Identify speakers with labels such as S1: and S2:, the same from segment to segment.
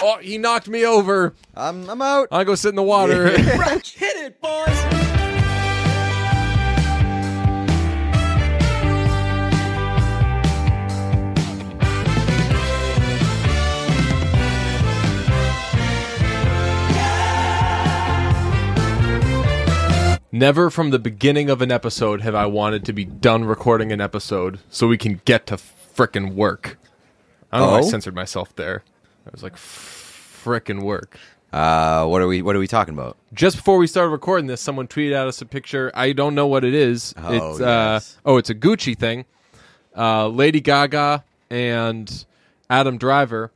S1: oh, he knocked me over.
S2: I'm I'm out.
S1: I go sit in the water.
S3: Hit it, boys.
S1: Never from the beginning of an episode have I wanted to be done recording an episode so we can get to frickin' work. I don't know. why
S2: Oh?
S1: I censored myself there. I was like, frickin' work.
S2: Uh, what are we What are we talking about?
S1: Just before we started recording this, someone tweeted at us a picture. I don't know what it is.
S2: Oh,
S1: it's, uh,
S2: yes.
S1: oh, it's a Gucci thing. Uh, Lady Gaga and Adam Driver.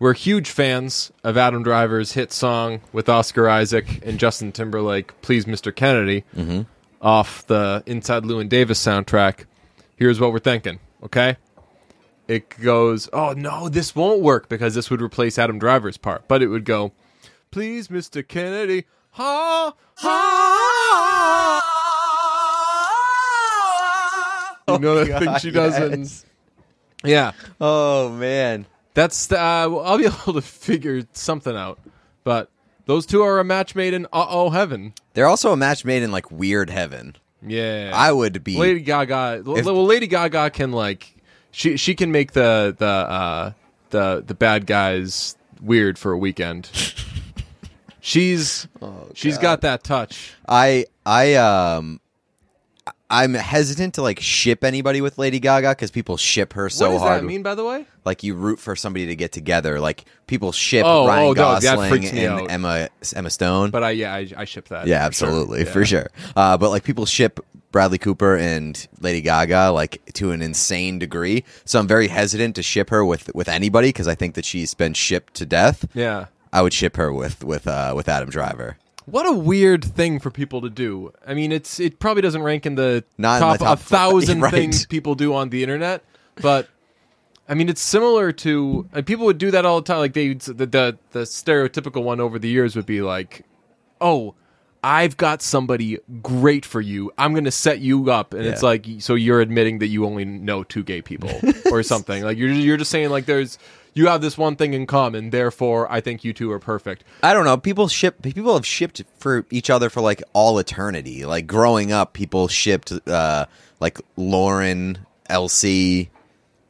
S1: We're huge fans of Adam Driver's hit song with Oscar Isaac and Justin Timberlake, Please Mr. Kennedy,
S2: Mm-hmm.
S1: off the Inside Lewin Davis soundtrack. Here's what we're thinking, okay? It goes, oh no, this won't work because this would replace Adam Driver's part, but it would go, Please Mr. Kennedy, ha, ha. You know that thing she does in yeah,
S2: Oh man.
S1: that's the, uh, well, I'll be able to figure something out. But those two are a match made in uh oh heaven.
S2: They're also a match made in like weird heaven.
S1: Yeah,
S2: I would be.
S1: Lady Gaga. l- well, Lady Gaga can like she she can make the the uh, the the bad guys weird for a weekend. she's
S2: Oh,
S1: she's got that touch.
S2: I I um. I'm hesitant to like ship anybody with Lady Gaga because people ship her so
S1: what does
S2: hard.
S1: that mean, by the way?
S2: Like you root for somebody to get together. Like people ship
S1: Oh,
S2: Ryan
S1: oh, no, that
S2: Gosling
S1: freaks me
S2: and
S1: out.
S2: Emma Emma Stone.
S1: But I yeah I, I ship that.
S2: yeah,
S1: for sure.
S2: absolutely
S1: Yeah.
S2: for sure. Uh, but like people ship Bradley Cooper and Lady Gaga like to an insane degree. So I'm very hesitant to ship her with with anybody because I think that she's been shipped to death.
S1: Yeah.
S2: I would ship her with with uh, with Adam Driver.
S1: What a weird thing for people to do. I mean, it's it probably doesn't rank in the
S2: Not in
S1: top,
S2: the top
S1: a
S2: five,
S1: thousand
S2: right.
S1: things people do on the internet, but I mean, it's similar to uh, people would do that all the time. Like they the, the the stereotypical one over the years would be like, "Oh, I've got somebody great for you. I'm going to set you up." And it's
S2: Yeah.
S1: like, so you're admitting that you only know two gay people or something. Like you're you're just saying like there's you have this one thing in common, therefore I think you two are perfect.
S2: I don't know. People ship. People have shipped for each other for like all eternity. Like growing up, people shipped uh, like Lauren, Elsie,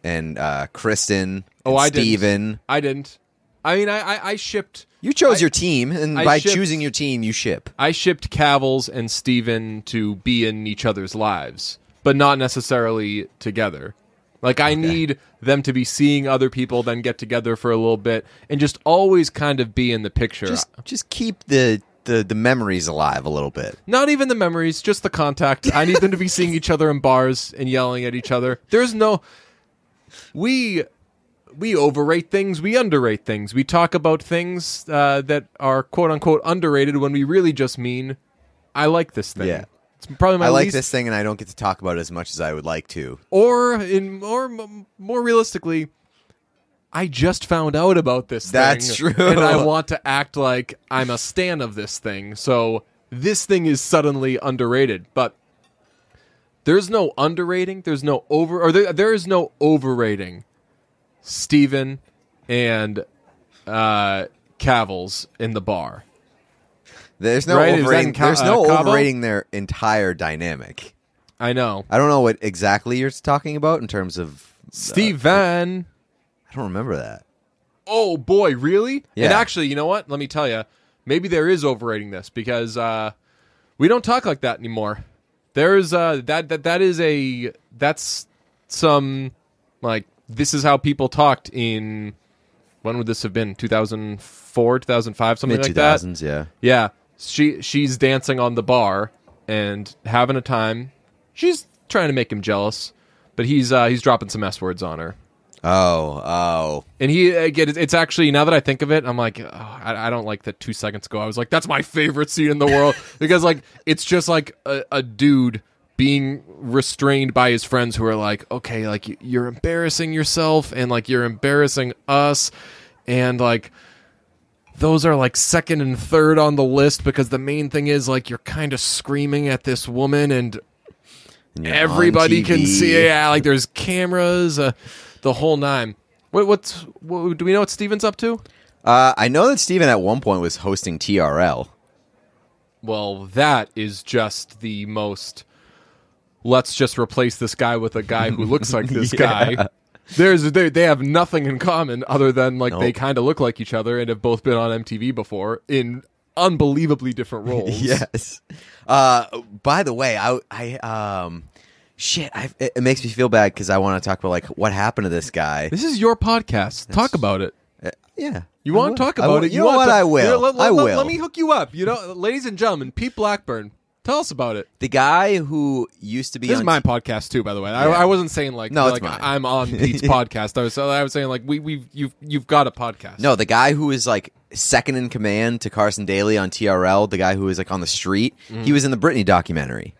S2: and uh, Kristen.
S1: Oh,
S2: and
S1: I didn't.
S2: Steven.
S1: I didn't. I mean, I I, I shipped
S2: You chose your team, and
S1: I
S2: by
S1: shipped-
S2: choosing your team, you ship.
S1: I shipped Cavils and Steven to be in each other's lives, but not necessarily together. Like I need them to be seeing other people, then get together for a little bit, and just always kind of be in the picture.
S2: Just just keep the, the the memories alive a little bit.
S1: not even the memories, just the contact. I need them to be seeing each other in bars and yelling at each other. There's no we we overrate things, we underrate things. We talk about things uh, that are quote unquote underrated when we really just mean I like this thing.
S2: Yeah.
S1: It's probably my
S2: I like
S1: least
S2: this thing, and I don't get to talk about it as much as I would like to.
S1: or in more m- more realistically I just found out about this
S2: That's
S1: thing.
S2: true.
S1: And I want to act like I'm a stan of this thing. So this thing is suddenly underrated. But there's no underrating. There's no over or there, there is no overrating Steven and uh Cavils in the bar.
S2: There's no
S1: Right, is that
S2: overrating.
S1: in Ca-
S2: there's no
S1: uh, Cabo?
S2: overrating their entire dynamic.
S1: I know.
S2: I don't know what exactly you're talking about in terms of uh,
S1: Steven.
S2: I don't remember that.
S1: oh boy, really?
S2: Yeah.
S1: And actually, you know what? Let me tell you, maybe there is overrating this because uh, we don't talk like that anymore. There is uh, that that that is a that's some like this is how people talked in when would this have been 2004 2005 something
S2: Mid
S1: like
S2: two
S1: that
S2: thousands, yeah.
S1: yeah, she she's dancing on the bar and having a time. She's trying to make him jealous, but he's uh, he's dropping some s words on her.
S2: Oh, oh,
S1: And he again, it's- it's actually now that I think of it, I'm like, oh, I, I don't like that. Two seconds ago, I was like, that's my favorite scene in the world because like it's just like a, a dude being restrained by his friends who are like, okay, like y- you're embarrassing yourself and like you're embarrassing us, and like those are like second and third on the list because the main thing is like you're kind of screaming at this woman and
S2: And you're on
S1: everybody can
S2: TV.
S1: see. Yeah, like there's cameras, uh, the whole nine. What, what's what, do we know what Steven's up to?
S2: Uh, I know that Steven at one point was hosting TRL.
S1: Well, that is just the most. Let's just replace this guy with a guy who looks like this
S2: Yeah.
S1: guy. There's they, they have nothing in common other than like they
S2: Nope.
S1: kind of look like each other and have both been on MTV before in unbelievably different roles.
S2: Yes. Uh, by the way, I, I, um, shit, I, it, it makes me feel bad because I want to talk about like what happened to this guy.
S1: This is your podcast. Talk about it.
S2: Uh, yeah.
S1: You
S2: I
S1: want
S2: will.
S1: to talk
S2: I
S1: about
S2: will.
S1: it?
S2: You know
S1: want
S2: what?
S1: to-
S2: I
S1: Here,
S2: will.
S1: let-
S2: I
S1: let-
S2: will.
S1: Let me hook you up. You know, ladies and gentlemen, Pete Blackburn. Tell us about it.
S2: The guy who used to be
S1: This
S2: on
S1: is my podcast too, by the way. I,
S2: Yeah.
S1: I wasn't saying like,
S2: No, it's
S1: like
S2: mine.
S1: I'm on Pete's podcast. I was I was saying like we we've you've you've got a podcast.
S2: No, the guy who was like second in command to Carson Daly on TRL, the guy who was like on the street,
S1: Mm-hmm.
S2: he was in the Britney documentary.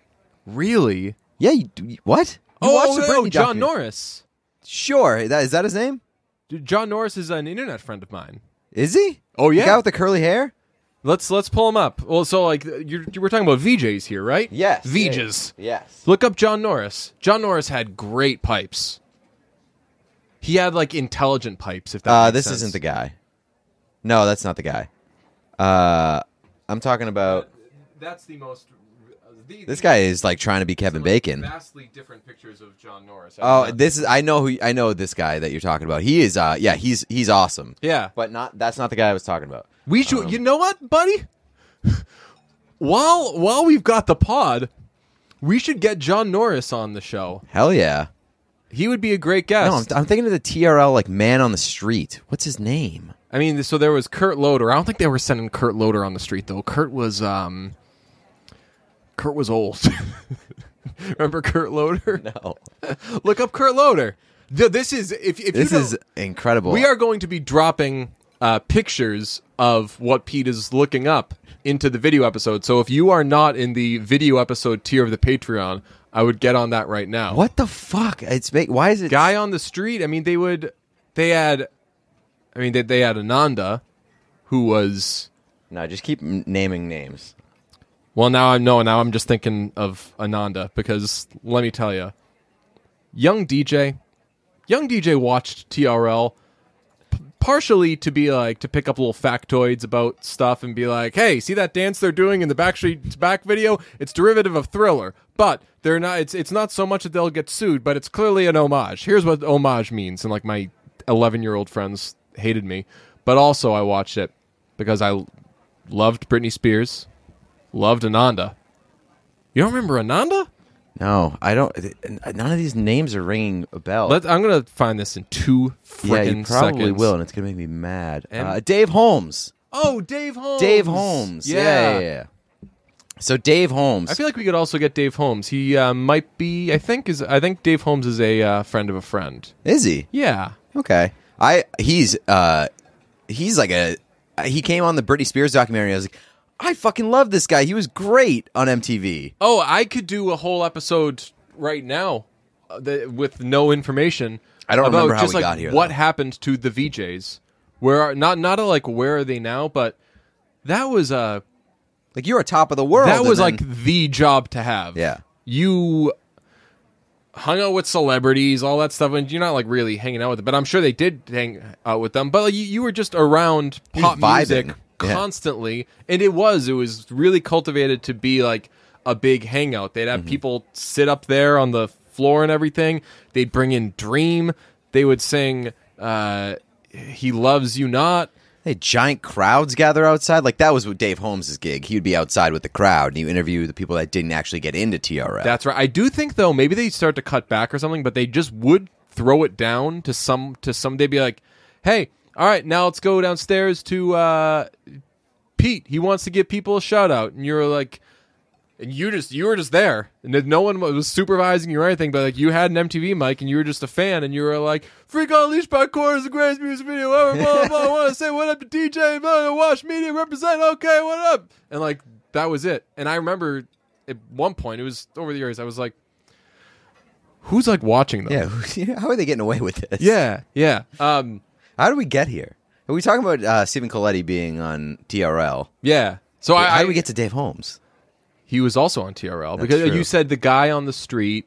S1: really.
S2: Yeah, you, you- what? You
S1: Oh,
S2: watched
S1: oh, oh, John
S2: documentary.
S1: Norris.
S2: Sure, that, is that his name?
S1: Dude, John Norris is an internet friend of mine.
S2: Is he?
S1: Oh, yeah.
S2: the guy with the curly hair.
S1: Let's let's pull him up. Well, so like you're, you were talking about VJs here, right?
S2: Yes,
S1: VJs.
S2: Yes.
S1: Look up John Norris. John Norris had great pipes. He had like intelligent pipes. If that
S2: Uh,
S1: makes
S2: this
S1: sense.
S2: isn't the guy. No, that's not the guy. Uh, I'm talking about
S1: That's the most. uh, The,
S2: this guy is like trying to be Kevin Bacon.
S1: Vastly different pictures of John Norris.
S2: Oh, this is I know who I know this guy that you're talking about. He is uh yeah, he's he's awesome.
S1: yeah.
S2: But not that's not the guy I was talking about.
S1: We should. you know what, buddy? while while we've got the pod, we should get John Norris on the show.
S2: Hell yeah.
S1: He would be a great guest.
S2: No, I'm, I'm thinking of the TRL like man on the street. What's his name?
S1: I mean, so there was Kurt Loder. I don't think they were sending Kurt Loder on the street though. Kurt was um, Kurt was old. Remember Kurt Loder?
S2: No,
S1: Look up Kurt Loder. Th- This is if if
S2: this
S1: you don't-
S2: is incredible.
S1: we are going to be dropping uh, pictures of what Pete is looking up into the video episode. So if you are not in the video episode tier of the Patreon, I would get on that right now.
S2: What the fuck? It's make, why is it?
S1: guy on the street? I mean, they would. They had. I mean, they they had Ananda, who was.
S2: no, just keep m- naming names.
S1: Well, now I know. Now I'm just thinking of Ananda because let me tell you, young DJ, young DJ watched TRL p- partially to be like to pick up little factoids about stuff and be like, hey, see that dance they're doing in the Backstreet Back video? It's derivative of Thriller, but they're not. It's it's not so much that they'll get sued, but it's clearly an homage. Here's what homage means, and like my 11 year old friends hated me, but also I watched it because I loved Britney Spears loved Ananda. You don't remember Ananda?
S2: No, I don't. th- None of these names are ringing a bell.
S1: Let, I'm gonna find this in two
S2: yeah,
S1: freaking
S2: you probably
S1: seconds.
S2: will, and it's gonna make me mad.
S1: And-
S2: Uh, Dave Holmes.
S1: Oh, Dave Holmes.
S2: Dave Holmes. Yeah. yeah, yeah. So Dave Holmes.
S1: I feel like we could also get Dave Holmes. He uh, might be. I think is. I think Dave Holmes is a uh, friend of a friend.
S2: is he?
S1: Yeah.
S2: Okay. I he's uh he's like a he came on the Britney Spears documentary. I was like, I fucking love this guy. He was great on MTV.
S1: Oh, I could do a whole episode right now uh, that, with no information.
S2: I don't
S1: about
S2: remember how
S1: just
S2: we
S1: like
S2: got here,
S1: What
S2: though.
S1: happened to the VJs? Where are not not a, like where are they now? But that was a. Uh,
S2: Like you're a top of the world.
S1: That
S2: and
S1: was
S2: then-
S1: like the job to have.
S2: Yeah.
S1: You hung out with celebrities, all that stuff, and you're not like really hanging out with them. But I'm sure they did hang out with them. But like, you, you were just around pop music
S2: vibing. Yeah.
S1: constantly, and it was it was really cultivated to be like a big hangout. They'd have
S2: Mm-hmm.
S1: people sit up there on the floor and everything. They'd bring in Dream. They would sing. uh he loves you not.
S2: hey, giant crowds gather outside. Like that was what Dave Holmes' gig. He would be outside with the crowd and you interview the people that didn't actually get into TRL.
S1: That's right. I do think though maybe they start to cut back or something, but they just would throw it down to some to someday be like, "Hey, all right, now let's go downstairs to uh, Pete. He wants to give people a shout out." And you're like, and you just you were just there, and then no one was supervising you or anything, but like you had an MTV mic and you were just a fan, and you were like, "Freak on Leash by Core is the greatest music video ever." Blah blah. blah. I want to say what up to DJ blah, blah, Wash Media represent. Okay, what up? And like that was it. And I remember at one point it was over the years. I was like, "Who's like watching them?"
S2: yeah. who- How are they getting away with this?
S1: yeah, yeah. Um,
S2: How did we get here? Are we talking about uh, Stephen Coletti being on TRL?
S1: yeah. So I,
S2: How
S1: I
S2: did we get to Dave Holmes?
S1: He was also on TRL because
S2: true.
S1: you said the uh, guy on the street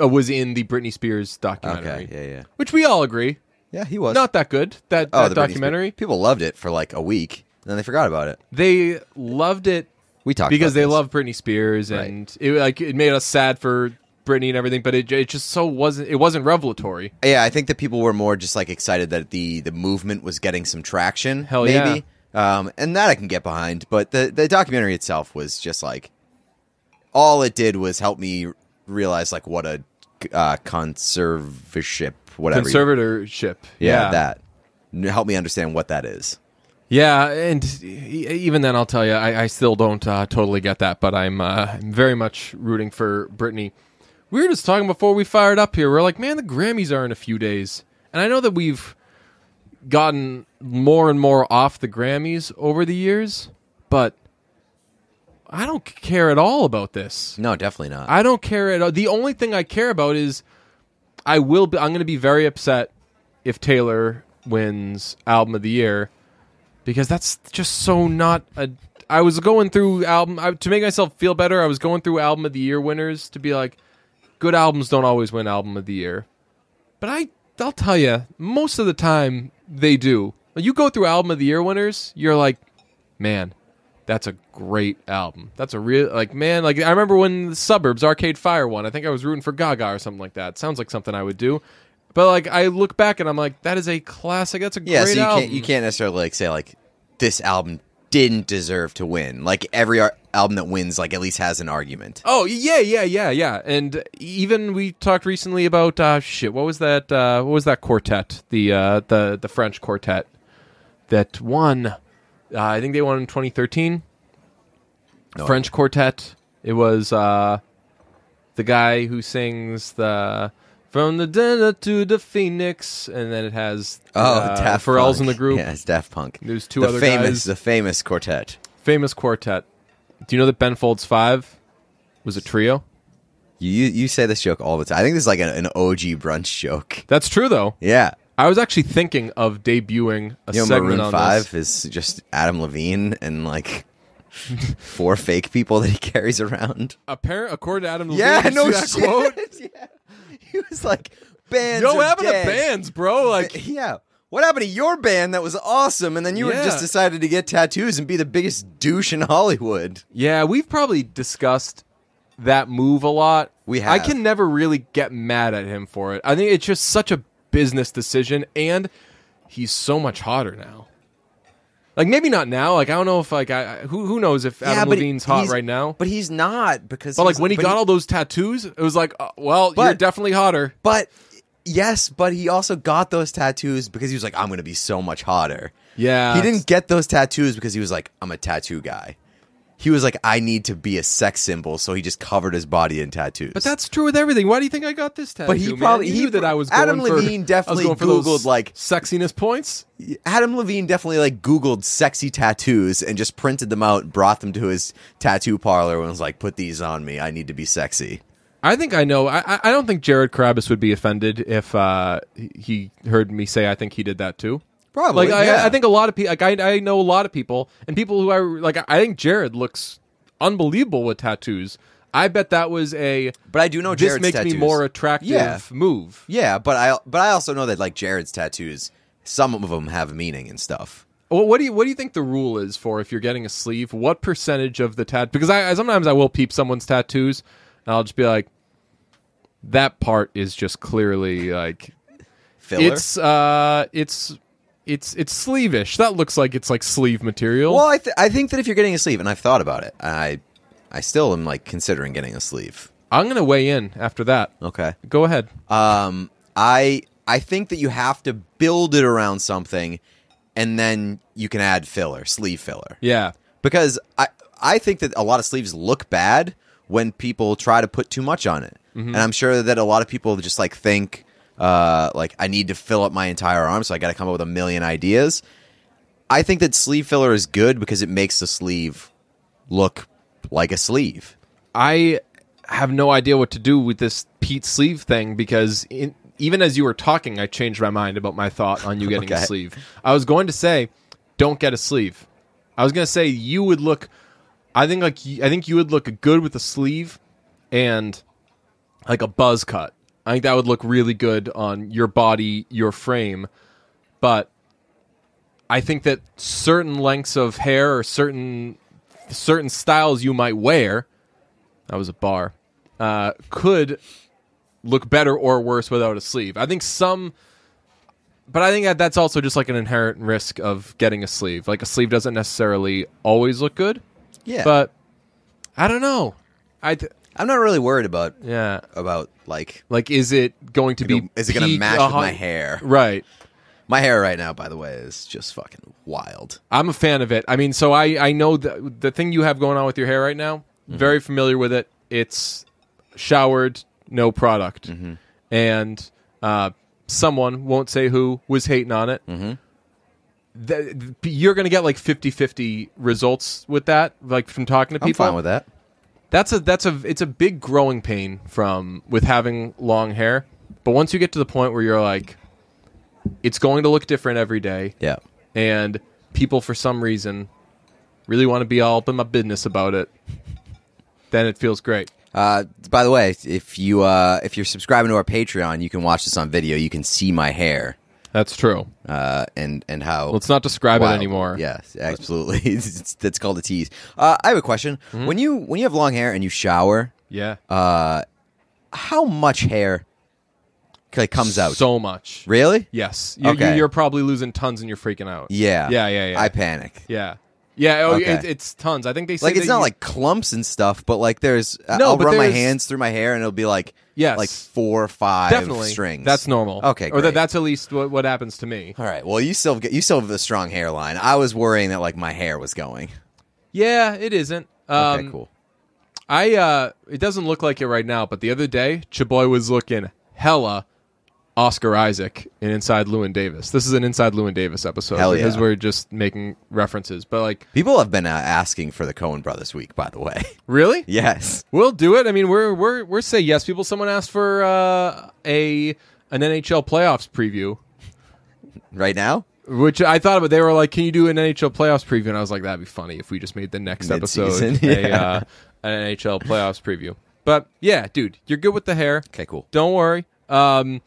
S1: uh, was in the Britney Spears documentary.
S2: Okay. Yeah. Yeah.
S1: which we all agree
S2: Yeah, he was.
S1: Not that good. That,
S2: Oh,
S1: that
S2: the Britney Spears-
S1: documentary.
S2: People loved it for like a week, and then they forgot about it.
S1: They loved it
S2: We talked
S1: because
S2: about
S1: they
S2: this.
S1: love Britney Spears, and it like it made us sad for Britney and everything. But it, it just so wasn't. It wasn't revelatory.
S2: Yeah, I think that people were more just like excited that the the movement was getting some traction.
S1: Hell
S2: maybe. Um, and that I can get behind, but the the documentary itself was just like all it did was help me realize like what a uh, conservatorship, whatever. you-
S1: Conservatorship.
S2: yeah, that N- help me understand what that is.
S1: Yeah, and e- even then, I'll tell you, I, I still don't uh, totally get that, but I'm, uh, I'm very much rooting for Brittany. We were just talking before we fired up here. We're like, man, the Grammys are in a few days, and I know that we've gotten more and more off the Grammys over the years, but I don't care at all about this.
S2: No, definitely not.
S1: I don't care at all. The only thing I care about is I will. Be, I'm going to be very upset if Taylor wins album of the year because that's just so not a. I was going through album I, to make myself feel better. I was going through album of the year winners to be like, good albums don't always win album of the year, but I I'll tell you most of the time they do. When You go through album of the year winners, you're like, man, that's a great album. That's a real like man. Like I remember when the Suburbs Arcade Fire won. I think I was rooting for Gaga or something like that. Sounds like something I would do. But like I look back and I'm like, that is a classic. That's a
S2: yeah,
S1: great
S2: so you
S1: album.
S2: can't you can't necessarily like say like this album didn't deserve to win. Like every ar- album that wins like at least has an argument.
S1: Oh yeah, yeah, yeah, yeah. And even we talked recently about uh, shit. What was that? Uh, what was that quartet? The uh, the the French quartet that won. Uh, I think they won in 2013.
S2: No
S1: French quartet. It was uh, the guy who sings the from the dinner to the phoenix, and then it has
S2: Oh,
S1: uh,
S2: Daft
S1: Pharrell's
S2: Punk.
S1: in the group.
S2: Yeah, it's Daft Punk.
S1: There's two
S2: the
S1: other
S2: famous,
S1: guys.
S2: The famous quartet.
S1: Famous quartet. Do you know that Ben Folds Five was a trio?
S2: You, you you say this joke all the time. I think this is like an, an OG brunch joke.
S1: That's true though.
S2: Yeah,
S1: I was actually thinking of debuting a
S2: you know,
S1: segment
S2: Maroon
S1: on
S2: Five
S1: this.
S2: is just Adam Levine and like four fake people that he carries around.
S1: Apparent, according to Adam Levine,
S2: Yeah,
S1: did you
S2: no
S1: see that
S2: shit.
S1: quote.
S2: yeah. He was like, bands.
S1: Yo,
S2: are
S1: what happened
S2: dead."
S1: to bands, bro? Like,
S2: Yeah. What happened to your band that was awesome, and then you
S1: Yeah.
S2: were just decided to get tattoos and be the biggest douche in Hollywood?
S1: yeah, we've probably discussed that move a lot.
S2: We
S1: I
S2: have.
S1: can never really get mad at him for it. I think it's just such a business decision, and he's so much hotter now. Like maybe not now. Like I don't know if like I I- who who knows if Adam
S2: but
S1: Levine's hot
S2: he's-
S1: right now. But,
S2: But he's not because.
S1: like
S2: he's-
S1: when he
S2: but
S1: got all those tattoos, it was like, uh, well, you're
S2: But-
S1: definitely hotter.
S2: But yes, but he also got those tattoos because he was like, I'm going to be so much hotter.
S1: Yeah,
S2: he didn't get those tattoos because he was like, I'm a tattoo guy. He was like, I need to be a sex symbol, so he just covered his body in tattoos.
S1: But that's true with everything. Why do you think I got this tattoo?
S2: But he
S1: man?
S2: probably-
S1: You
S2: he
S1: knew that I was
S2: Adam
S1: going for-
S2: Levine definitely
S1: I was going for those
S2: Googled, like-
S1: sexiness points.
S2: Adam Levine definitely like Googled sexy tattoos and just printed them out, and brought them to his tattoo parlor, and was like, Put these on me. I need to be sexy.
S1: I think I know. I, I- I don't think Jared Krabas would be offended if uh, he he heard me say I think he did that too.
S2: Probably,
S1: Like I,
S2: yeah.
S1: I think a lot of people. Like I, I know a lot of people and people who I like. I think Jared looks unbelievable with tattoos. I bet that was a.
S2: But I do know
S1: this
S2: Oh, Jared's
S1: makes
S2: tattoos.
S1: me more attractive
S2: Yeah.
S1: move.
S2: Yeah, but I but I also know that like Jared's tattoos, some of them have meaning and stuff.
S1: Well, what do you what do you think the rule is for if you're getting a sleeve? What percentage of the tat? Because I, I sometimes I will peep someone's tattoos, and I'll just be like, that part is just clearly like
S2: Filler.
S1: it's uh it's it's it's sleevish. That looks like it's like sleeve material.
S2: Well, I, th- I think that if you're getting a sleeve, and I've thought about it, and I I still am like considering getting a sleeve.
S1: I'm gonna weigh in after that.
S2: Okay.
S1: Go ahead.
S2: Um, I I think that you have to build it around something, and then you can add filler, sleeve filler,
S1: Yeah,
S2: because I I think that a lot of sleeves look bad when people try to put too much on it, and I'm sure that a lot of people just like think. Uh, like I need to fill up my entire arm, so I got to come up with a million ideas. I think that sleeve filler is good because it makes the sleeve look like a sleeve.
S1: I have no idea what to do with this Pete sleeve thing because in, even as you were talking, I changed my mind about my thought on you getting a
S2: Okay.
S1: sleeve. I was going to say, don't get a sleeve. I was going to say you would look. I think like y- I think you would look good with a sleeve and like a buzz cut. I think that would look really good on your body, your frame. But I think that certain lengths of hair or certain certain styles you might wear, that was a bar, uh, could look better or worse without a sleeve. I think some, but I think that that's also just like an inherent risk of getting a sleeve. Like a sleeve doesn't necessarily always look good,
S2: Yeah,
S1: but I don't know. I th-
S2: I'm not really worried about
S1: yeah.
S2: about like
S1: Like, is it going to be?
S2: is it going to
S1: peak uh,
S2: match
S1: a
S2: with my
S1: hun-
S2: hair?
S1: Right.
S2: My hair right now, by the way, is just fucking wild.
S1: I'm a fan of it. I mean, so I I know the the thing you have going on with your hair right now.
S2: Mm-hmm.
S1: Very familiar with it. It's showered, no product,
S2: Mm-hmm.
S1: and uh, someone won't say who was hating on it.
S2: Mm-hmm.
S1: Th- th- you're going to get like 50-50 results with that, like from talking to
S2: I'm
S1: people.
S2: fine with that.
S1: that's a that's a it's a big growing pain from with having long hair. But once you get to the point where you're like, it's going to look different every day
S2: Yeah,
S1: and people for some reason really want to be all up in my business about it, then it feels great.
S2: Uh, by the way, if you uh, if you're subscribing to our Patreon, you can watch this on video. You can see my hair
S1: That's true.
S2: uh, and and how
S1: Let's not describe it
S2: wild-
S1: anymore.
S2: Yes, absolutely. It's- it's- That's called a tease. Uh, I have a question.
S1: Mm-hmm.
S2: When you when you have long hair and you shower,
S1: Yeah.
S2: Uh, how much hair like comes out?
S1: So much.
S2: really?
S1: Yes. You're,
S2: Okay.
S1: you're probably losing tons and you're freaking out.
S2: Yeah.
S1: Yeah, yeah, yeah.
S2: I panic.
S1: yeah. Yeah. Oh,
S2: Okay.
S1: it, it's tons. I think they say
S2: Like it's
S1: that
S2: not
S1: you-
S2: like clumps and stuff, but like there's
S1: No,
S2: I'll
S1: but
S2: run my
S1: there's-
S2: hands through my hair and it'll be like
S1: Yes.
S2: like four or five
S1: definitely
S2: strings.
S1: That's normal.
S2: Okay,
S1: Or that
S2: great.
S1: that's at least what, what happens to me.
S2: All right. Well, you still get you still have a strong hairline. I was worrying that like my hair was going.
S1: Yeah, it isn't. Um,
S2: Okay, cool.
S1: I uh it doesn't look like it right now, but the other day, Chaboy was looking hella Oscar Isaac in Inside Lewin Davis. This is an Inside Lewin Davis episode
S2: Hell
S1: because
S2: yeah.
S1: we're just making references. But like,
S2: People have been uh, asking for the Cohen Brothers week, by the way.
S1: really?
S2: yes.
S1: We'll do it. I mean, we're we're we're say yes people. Someone asked for uh a an NHL playoffs preview,
S2: Right now,
S1: which I thought about. They were like, "Can you do an NHL playoffs preview?" And I was like, "That'd be funny if we just made the next episode
S2: Mid-season,
S1: a,
S2: yeah.
S1: uh, an NHL playoffs preview." But yeah, dude, you're good with the hair.
S2: Okay, cool.
S1: Don't worry. Um,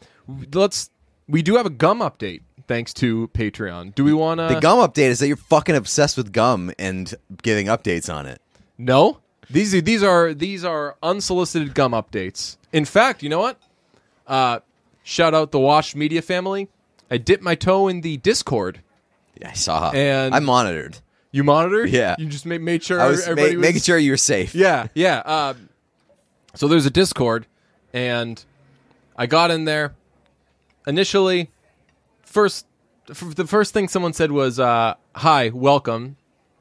S1: let's. We do have a gum update thanks to Patreon. Do we want to?
S2: The gum update is that you're fucking obsessed with gum and giving updates on it.
S1: no. These are these are these are unsolicited gum updates. In fact, you know what? Uh, shout out the Wash Media family. I dipped my toe in the Discord.
S2: Yeah, I saw.
S1: And-
S2: I monitored.
S1: You monitored?
S2: Yeah.
S1: You just made, made sure
S2: I was ma-
S1: everybody was
S2: making sure you were safe.
S1: Yeah, yeah. Uh, so there's a Discord, and I got in there. Initially, first f- the first thing someone said was, uh, "Hi, welcome.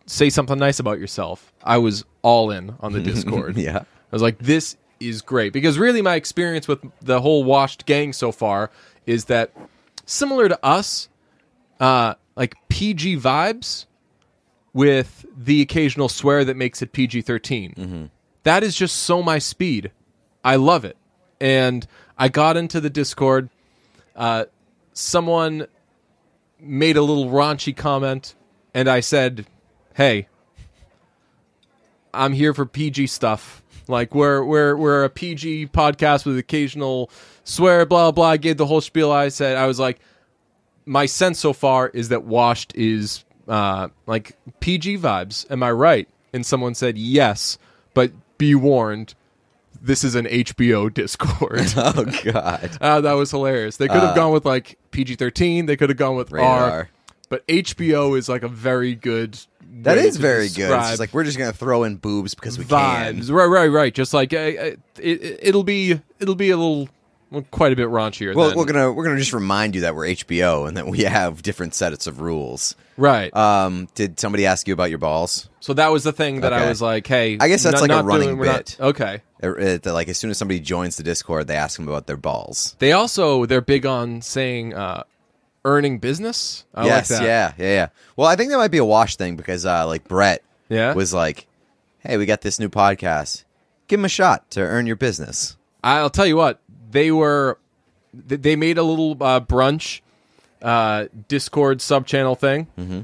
S1: Say something nice about yourself." I was all in on the Discord.
S2: Yeah.
S1: I was like, this is great. Because really, my experience with the whole washed gang so far is that similar to us, uh, like PG vibes with the occasional swear that makes it PG 13. That is just so my speed. I love it. And I got into the Discord. Uh, someone made a little raunchy comment, and I said, Hey, I'm here for PG stuff. Like we're we're we're a PG podcast with occasional swear, blah blah. I gave the whole spiel. I said I was like, my sense so far is that Washed is uh, like PG vibes. Am I right? And someone said yes, but be warned, this is an HBO Discord.
S2: Oh God.
S1: Ah, that was hilarious. They
S2: Uh,
S1: could have gone with like PG thirteen. They could have gone with
S2: Rated
S1: R,
S2: R.
S1: But HBO is like a very good.
S2: That
S1: way
S2: is
S1: to
S2: very good. It's
S1: describe
S2: just like we're just gonna throw in boobs because we
S1: vibes.
S2: can.
S1: Right, right, right. Just like uh, uh, it, it, it'll be, it'll be a little, well, quite a bit raunchier.
S2: Well,
S1: than-
S2: we're gonna we're gonna just remind you that we're HBO and that we have different sets of rules.
S1: right.
S2: Um, did somebody ask you about your balls?
S1: so that was the thing that I
S2: okay.
S1: was like, hey,
S2: I guess that's
S1: not-
S2: like a
S1: not
S2: running
S1: doing- we're not-
S2: bit.
S1: okay.
S2: Er, uh, that, like as soon as somebody joins the Discord, they ask them about their balls.
S1: They also they're big on saying uh, earning business. I
S2: yes,
S1: like that.
S2: yeah, yeah, yeah. Well, I think that might be a wash thing because uh, like Brett
S1: Yeah?
S2: was like, "Hey, we got this new podcast. Give him a shot to earn your business."
S1: I'll tell you what they were. th- They made a little uh, brunch uh, Discord sub channel thing.
S2: Mm-hmm.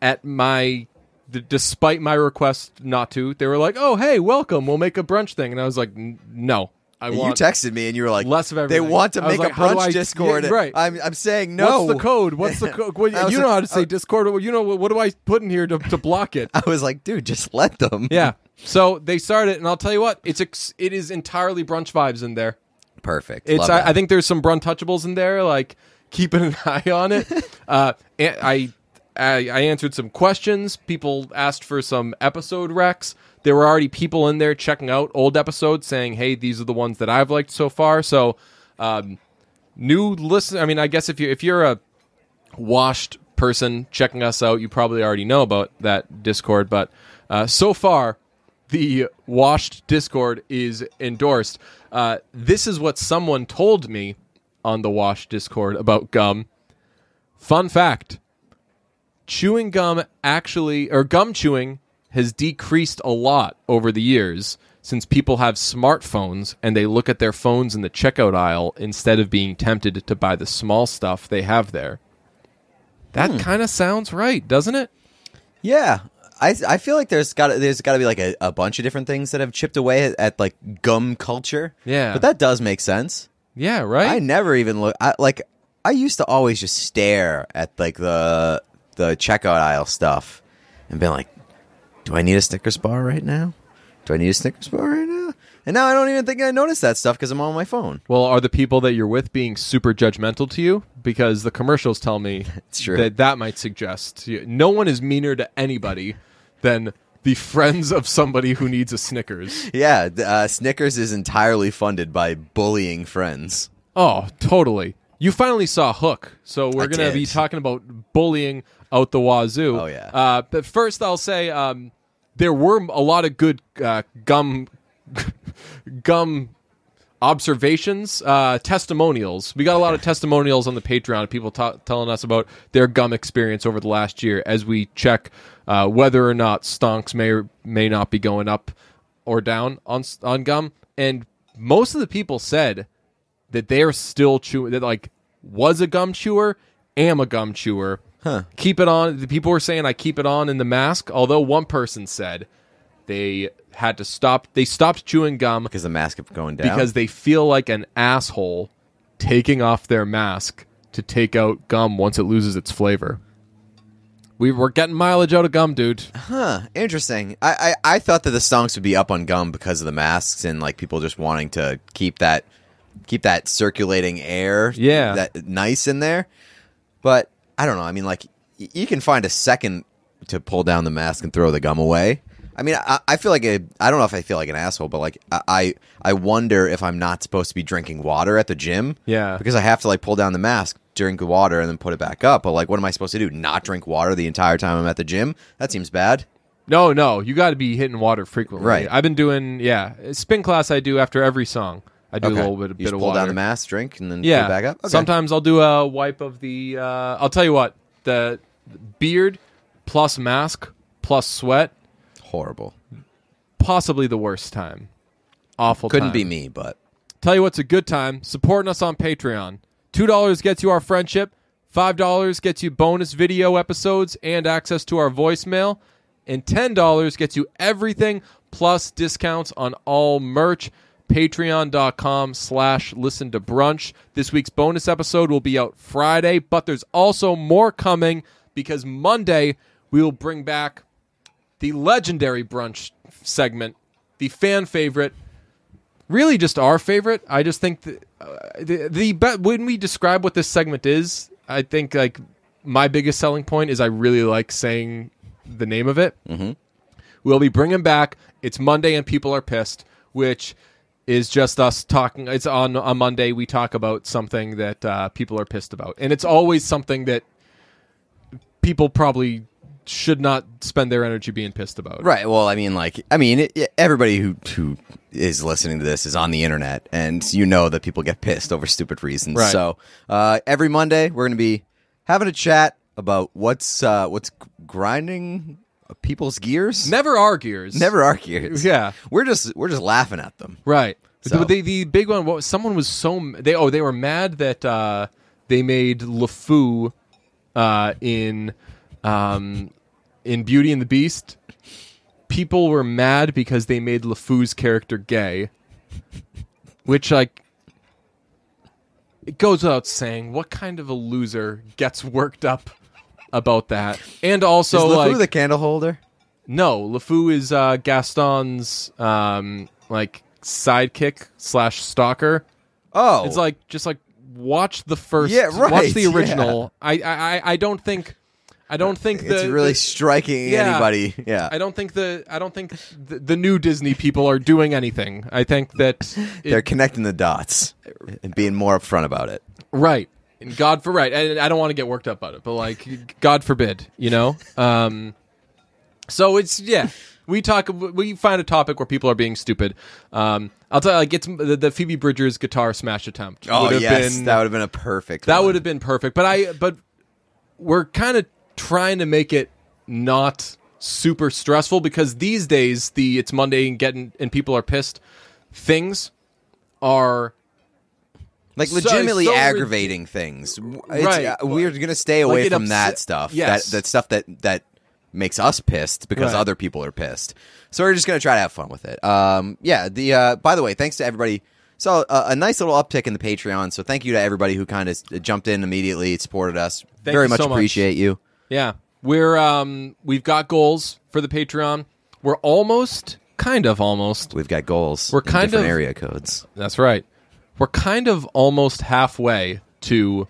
S1: At my, d- despite my request not to, they were like, "Oh hey, welcome. We'll make a brunch thing," and I was like, "N- "No, I
S2: you
S1: want
S2: texted me and you were like,
S1: less of
S2: They
S1: everything.
S2: want to
S1: I was
S2: make
S1: like,
S2: a
S1: how do I-
S2: brunch Discord.
S1: yeah, right.
S2: I'm, I'm saying no.
S1: What's the code? What's the code? Well,
S2: I was
S1: you know
S2: like- uh,
S1: how to say Discord. Well, You know what, what do I put in here to, to block it?
S2: I was like, dude, just let them.
S1: yeah. So they started, and I'll tell you what, it's ex- it is entirely brunch vibes in there.
S2: Perfect.
S1: It's
S2: Love
S1: I,
S2: that.
S1: I think there's some brun touchables in there. Like keeping an eye on it. uh, and I, I I answered some questions. People asked for some episode recs. There were already people in there checking out old episodes, saying, "Hey, these are the ones that I've liked so far." So, um, new listen. I mean, I guess if you if you're a washed person checking us out, you probably already know about that Discord. But uh, so far, the washed Discord is endorsed. Uh, this is what someone told me on the washed Discord about gum. Fun fact chewing gum actually, or gum chewing has decreased a lot over the years since people have smartphones and they look at their phones in the checkout aisle instead of being tempted to buy the small stuff they have there. That
S2: Hmm.
S1: kind of sounds right, doesn't it?
S2: Yeah, I I feel like there's got there's got to be like a, a bunch of different things that have chipped away at, at like gum culture.
S1: Yeah.
S2: but that does make sense.
S1: Yeah, right?
S2: I never even look. I like I used to always just stare at like the the checkout aisle stuff and be like, do I need a Snickers bar right now? Do I need a Snickers bar right now? And now I don't even think I notice that stuff because I'm on my phone.
S1: Well, are the people that you're with being super judgmental to you? Because the commercials tell me
S2: true.
S1: that that might suggest you- no one is meaner to anybody than the friends of somebody who needs a Snickers.
S2: Yeah, th- uh, Snickers is entirely funded by bullying friends.
S1: Oh, totally. You finally saw Hook, so we're
S2: I
S1: going to be
S2: did.
S1: talking about bullying out the wazoo.
S2: Oh, yeah.
S1: Uh, but first, I'll say um, there were a lot of good uh, gum gum observations, uh, testimonials. We got a lot of testimonials on the Patreon, people ta telling us about their gum experience over the last year as we check uh, whether or not stonks may or may not be going up or down on s- on gum. And most of the people said that they are still chewing. That like was a gum chewer, am a gum chewer. Huh. Keep it on. The people were saying I keep it on in the mask. Although one person said they had to stop. They stopped chewing gum
S2: Because the mask kept going down.
S1: because they feel like an asshole taking off their mask to take out gum once it loses its flavor. We were getting mileage out of gum, dude.
S2: Huh, interesting. I, I, I thought that the stonks would be up on gum because of the masks and like people just wanting to keep that keep that circulating air
S1: Yeah.
S2: that nice in there. But I don't know. I mean like y- you can find a second to pull down the mask and throw the gum away. I mean I, I feel like a I don't know if I feel like an asshole, but like I, I I wonder if I'm not supposed to be drinking water at the gym.
S1: Yeah.
S2: Because I have to like pull down the mask, drink water and then put it back up. But like what am I supposed to do? Not drink water the entire time I'm at the gym? That seems bad.
S1: No, no, you got to be hitting water frequently.
S2: Right.
S1: I've been doing, yeah, spin class. I do after every song. I do a little bit,
S2: you
S1: bit
S2: just
S1: of
S2: pull
S1: water.
S2: down the mask, drink, and then
S1: yeah,
S2: put it back up. Okay.
S1: Sometimes I'll do a wipe of the. Uh, I'll tell you what, the beard plus mask plus sweat,
S2: horrible.
S1: possibly the worst time. Awful.
S2: Couldn't
S1: time.
S2: be me, but
S1: Tell you what's a good time supporting us on Patreon. $2 gets you our friendship, $5 gets you bonus video episodes and access to our voicemail, and $10 gets you everything plus discounts on all merch. Patreon.com slash listen to brunch. This week's bonus episode will be out Friday, but there's also more coming because Monday we will bring back the legendary brunch segment, the fan favorite, really just our favorite. I just think the uh, the, the be- when we describe what this segment is, I think like my biggest selling point is I really like saying the name of it. Mm-hmm. We'll be bringing back. It's Monday and people are pissed, which is just us talking. It's on a Monday we talk about something that uh, people are pissed about, and it's always something that people probably should not spend their energy being pissed about.
S2: right. Well, I mean, like, I mean, it, it- everybody who who is listening to this is on the internet, and you know that people get pissed over stupid reasons.
S1: Right.
S2: So uh, every Monday, we're going to be having a chat about what's uh, what's g- grinding people's gears.
S1: Never our gears.
S2: Never our gears.
S1: Yeah.
S2: we're just we're just laughing at them.
S1: Right.
S2: So-
S1: The, the, the big one. What was, someone was so m- they oh they were mad that uh, they made LeFou uh, in um, in Beauty and the Beast. People were mad because they made LeFou's character gay. which like it goes without saying what kind of a loser gets worked up about that and also
S2: Is LeFou
S1: like
S2: the candle holder?
S1: no LeFou is uh gaston's um like sidekick slash stalker
S2: Oh,
S1: it's like just like watch the first
S2: Yeah,
S1: watch
S2: right,
S1: the
S2: yeah.
S1: original I I, I i don't think i don't think
S2: it's
S1: the,
S2: really
S1: the-
S2: striking
S1: Yeah.
S2: anybody. Yeah,
S1: I don't think the I don't think the, the new Disney people are doing anything. I think that it-
S2: they're connecting the dots and being more upfront about it.
S1: right and God for right. And I don't want to get worked up about it, but like God forbid, you know. Um, so it's yeah. We talk. We find a topic where people are being stupid. Um, I'll tell you, like it's the, the Phoebe Bridgers guitar smash attempt.
S2: Oh
S1: would have
S2: yes,
S1: been-
S2: that would have been a perfect.
S1: That
S2: one.
S1: would have been perfect. But I but we're kind of trying to make it not super stressful because these days the it's Monday and getting and people are pissed. Things are
S2: like
S1: so-
S2: legitimately
S1: so
S2: aggravating things. W- It's,
S1: Right.
S2: uh, we're gonna stay away
S1: it
S2: from that
S1: upset-
S2: stuff.
S1: Yes.
S2: That that stuff that that makes us pissed because
S1: Right.
S2: other people are pissed. So we're just gonna try to have fun with it. Um, yeah. The uh, by the way, thanks to everybody. So uh, a nice little uptick in the Patreon. So thank you to everybody who kind of jumped in immediately, supported us.
S1: Thank
S2: Very
S1: you
S2: much
S1: so much.
S2: appreciate you.
S1: yeah. We're um we've got goals for the Patreon. We're almost kind of almost.
S2: We've got goals.
S1: We're
S2: in
S1: kind
S2: different
S1: of-
S2: area codes.
S1: That's right. We're kind of almost halfway to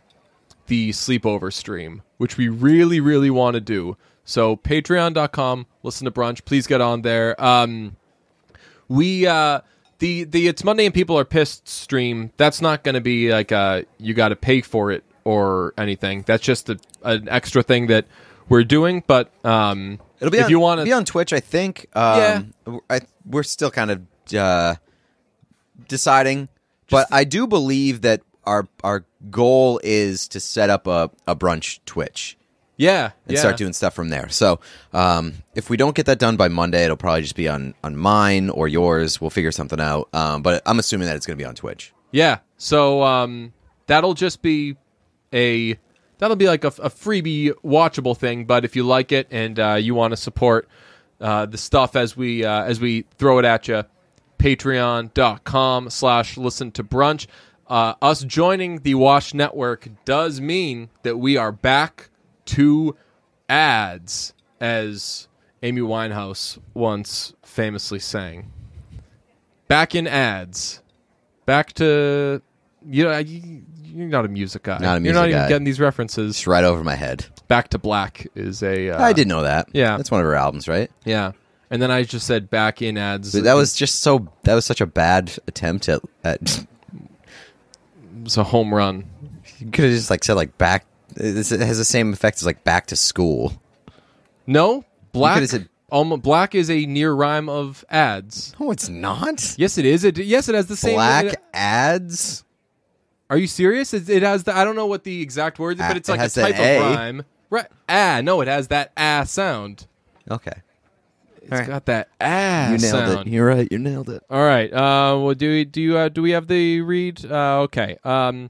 S1: the sleepover stream, which we really, really want to do. So patreon.com, listen to brunch. Please get on there. Um, we uh, the the it's Monday and people are pissed stream. That's not going to be like uh you got to pay for it or anything. That's just a, an extra thing that we're doing. But um,
S2: It'll be
S1: if
S2: on,
S1: you want
S2: it'll be on Twitch, I think. Um, I, we're still kind of uh, deciding, but I do believe that our our goal is to set up a, a brunch Twitch
S1: yeah,
S2: and
S1: yeah.
S2: start doing stuff from there. So um, if we don't get that done by Monday, it'll probably just be on on mine or yours. We'll figure something out. Um, but I'm assuming that it's going to be on Twitch.
S1: Yeah. So um, that'll just be a that'll be like a, a freebie watchable thing. But if you like it and uh, you want to support uh, the stuff as we uh, as we throw it at you, patreon.com slash listen to brunch. Uh, us joining the Wash Network does mean that we are back to ads, as Amy Winehouse once famously sang. Back in ads back to you know you, you're not a music guy.
S2: Not a
S1: you're not
S2: music
S1: even
S2: guy.
S1: getting these references.
S2: It's right over my head.
S1: Back to Black is a uh,
S2: I didn't know that.
S1: yeah.
S2: that's one of her albums, right?
S1: yeah, and then I just said back in ads.
S2: That was just so. That was such a bad attempt at. at
S1: It was a home run.
S2: You could have just like said like back. This it has the same effect as like back to school.
S1: No, Black.
S2: could've said-
S1: almo- black is a near rhyme of ads.
S2: No, it's not.
S1: Yes, it is. It yes, it has the same.
S2: Black
S1: it-
S2: ads.
S1: are you serious? It, it has the. I don't know what the exact word, is,
S2: Ah,
S1: but it's
S2: it
S1: like a
S2: has that
S1: type
S2: A.
S1: of rhyme. Right? Ah, no, it has that ah sound.
S2: Okay,
S1: It's
S2: All right.
S1: got that ah
S2: you nailed
S1: sound.
S2: it. You're right. You nailed it.
S1: All right. Uh, well, do we do you, uh, do we have the read? Uh, okay. Um,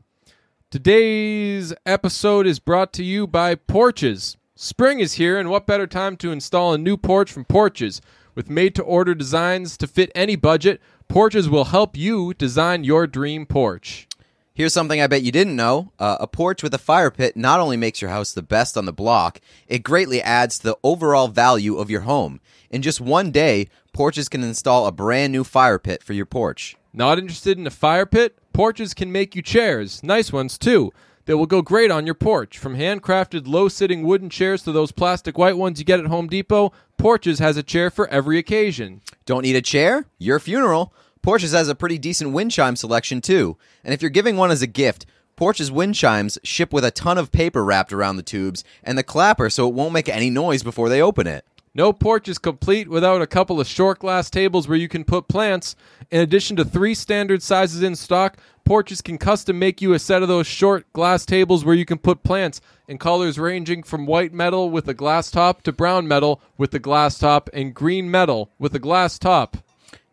S1: today's episode is brought to you by Porches. Spring is here, and what better time to install a new porch from Porches? With made-to-order designs to fit any budget, Porches will help you design your dream porch.
S2: Here's something I bet you didn't know: uh, a porch with a fire pit not only makes your house the best on the block, it greatly adds to the overall value of your home. In just one day, porches can install a brand new fire pit for your porch.
S1: Not interested in a fire pit? Porches can make you chairs, nice ones too, that will go great on your porch. From handcrafted low sitting wooden chairs to those plastic white ones you get at Home Depot, Porches has a chair for every occasion.
S2: Don't need a chair? Your funeral. Porches has a pretty decent wind chime selection too. And if you're giving one as a gift, Porches wind chimes ship with a ton of paper wrapped around the tubes and the clapper so it won't make any noise before they open it.
S1: No porch is complete without a couple of short glass tables where you can put plants. In addition to three standard sizes in stock, Porches can custom make you a set of those short glass tables where you can put plants in colors ranging from white metal with a glass top to brown metal with a glass top and green metal with a glass top.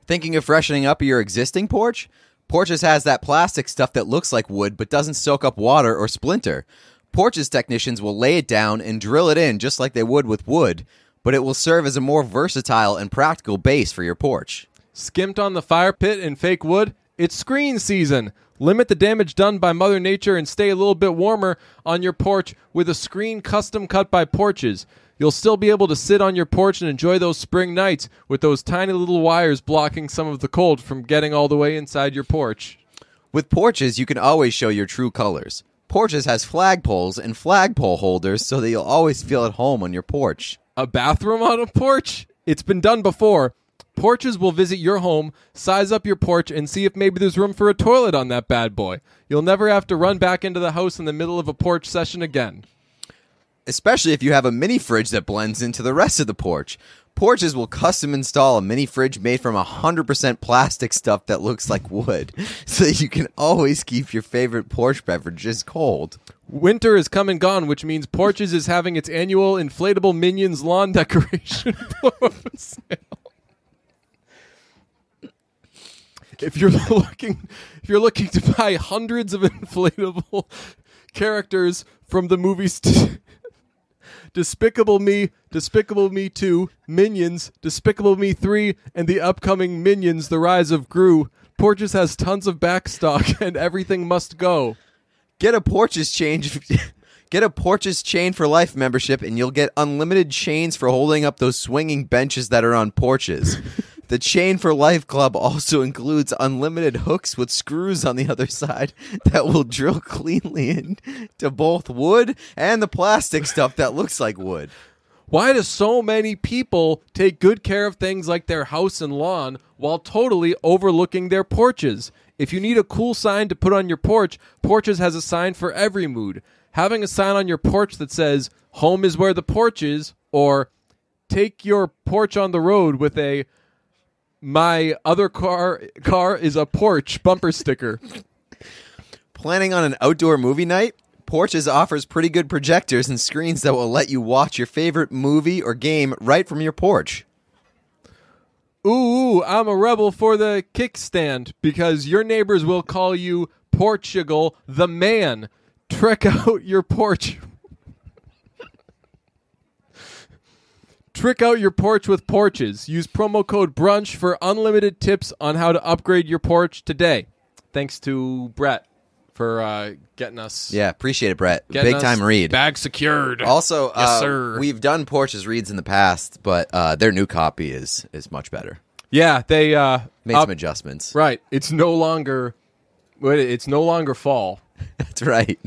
S2: Thinking of freshening up your existing porch? Porches has that plastic stuff that looks like wood but doesn't soak up water or splinter. Porches technicians will lay it down and drill it in just like they would with wood, but it will serve as a more versatile and practical base for your porch.
S1: Skimped on the fire pit and fake wood, It's screen season. Limit the damage done by Mother Nature and stay a little bit warmer on your porch with a screen custom cut by Porches. You'll still be able to sit on your porch and enjoy those spring nights with those tiny little wires blocking some of the cold from getting all the way inside your porch.
S2: With porches, you can always show your true colors. Porches has flagpoles and flagpole holders so that you'll always feel at home on your porch.
S1: a bathroom on a porch? It's been done before. Porches will visit your home, size up your porch, and see if maybe there's room for a toilet on that bad boy. You'll never have to run back into the house in the middle of a porch session again.
S2: Especially if you have a mini fridge that blends into the rest of the porch. Porches will custom install a mini fridge made from 100% plastic stuff that looks like wood so that you can always keep your favorite porch beverages cold.
S1: Winter is come and gone, which means Porches is having its annual inflatable Minions lawn decoration blow-up sale. If you're looking, if you're looking to buy hundreds of inflatable characters from the movies t- Despicable Me, Despicable Me 2, Minions, Despicable Me 3, and the upcoming Minions: The Rise of Gru, Porches has tons of backstock and everything must go.
S2: Get a Porches change get a Porches chain for life membership and you'll get unlimited chains for holding up those swinging benches that are on porches. the Chain for Life Club also includes unlimited hooks with screws on the other side that will drill cleanly into both wood and the plastic stuff that looks like wood.
S1: Why do so many people take good care of things like their house and lawn while totally overlooking their porches? If you need a cool sign to put on your porch, Porches has a sign for every mood. Having a sign on your porch that says, Home is where the porch is, or Take your porch on the road with a My other car car is a porch bumper sticker.
S2: Planning on an outdoor movie night? Porches offers pretty good projectors and screens that will let you watch your favorite movie or game right from your porch.
S1: ooh, I'm a rebel for the kickstand because your neighbors will call you Portugal the man. Trek out your porch. Trick out your porch with porches. Use promo code BRUNCH for unlimited tips on how to upgrade your porch today. Thanks to Brett for uh, getting us.
S2: Yeah, appreciate it, Brett.
S1: getting
S2: Big
S1: us
S2: time read.
S1: Bag secured.
S2: also, uh,
S1: sir.
S2: we've done Porches reads in the past, but uh, their new copy is is much better.
S1: yeah, they uh,
S2: Made
S1: up-
S2: some adjustments.
S1: Right. It's no longer. wait, It's no longer fall.
S2: That's right.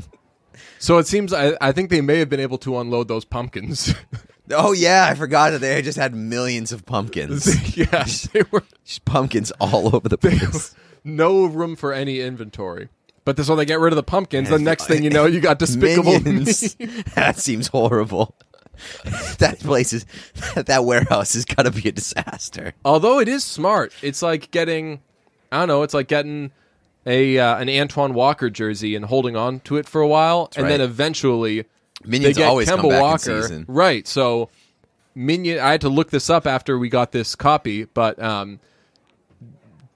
S1: So it seems I, I think they may have been able to unload those pumpkins.
S2: Oh yeah, I forgot that they just had millions of pumpkins.
S1: yes, they were
S2: Just pumpkins all over the place.
S1: no room for any inventory. But so they get rid of the pumpkins. The next thing you know, you got despicable
S2: Minions.
S1: Me.
S2: that seems horrible. that place is that warehouse is gotta be a disaster.
S1: Although it is smart, it's like getting I don't know. It's like getting a uh, an Antoine Walker jersey and holding on to it for a while, and then
S2: right.
S1: eventually
S2: Minions
S1: they get
S2: always
S1: Kemba
S2: come back
S1: Walker.
S2: in season.
S1: Right. So Minion I had to look this up after we got this copy, but um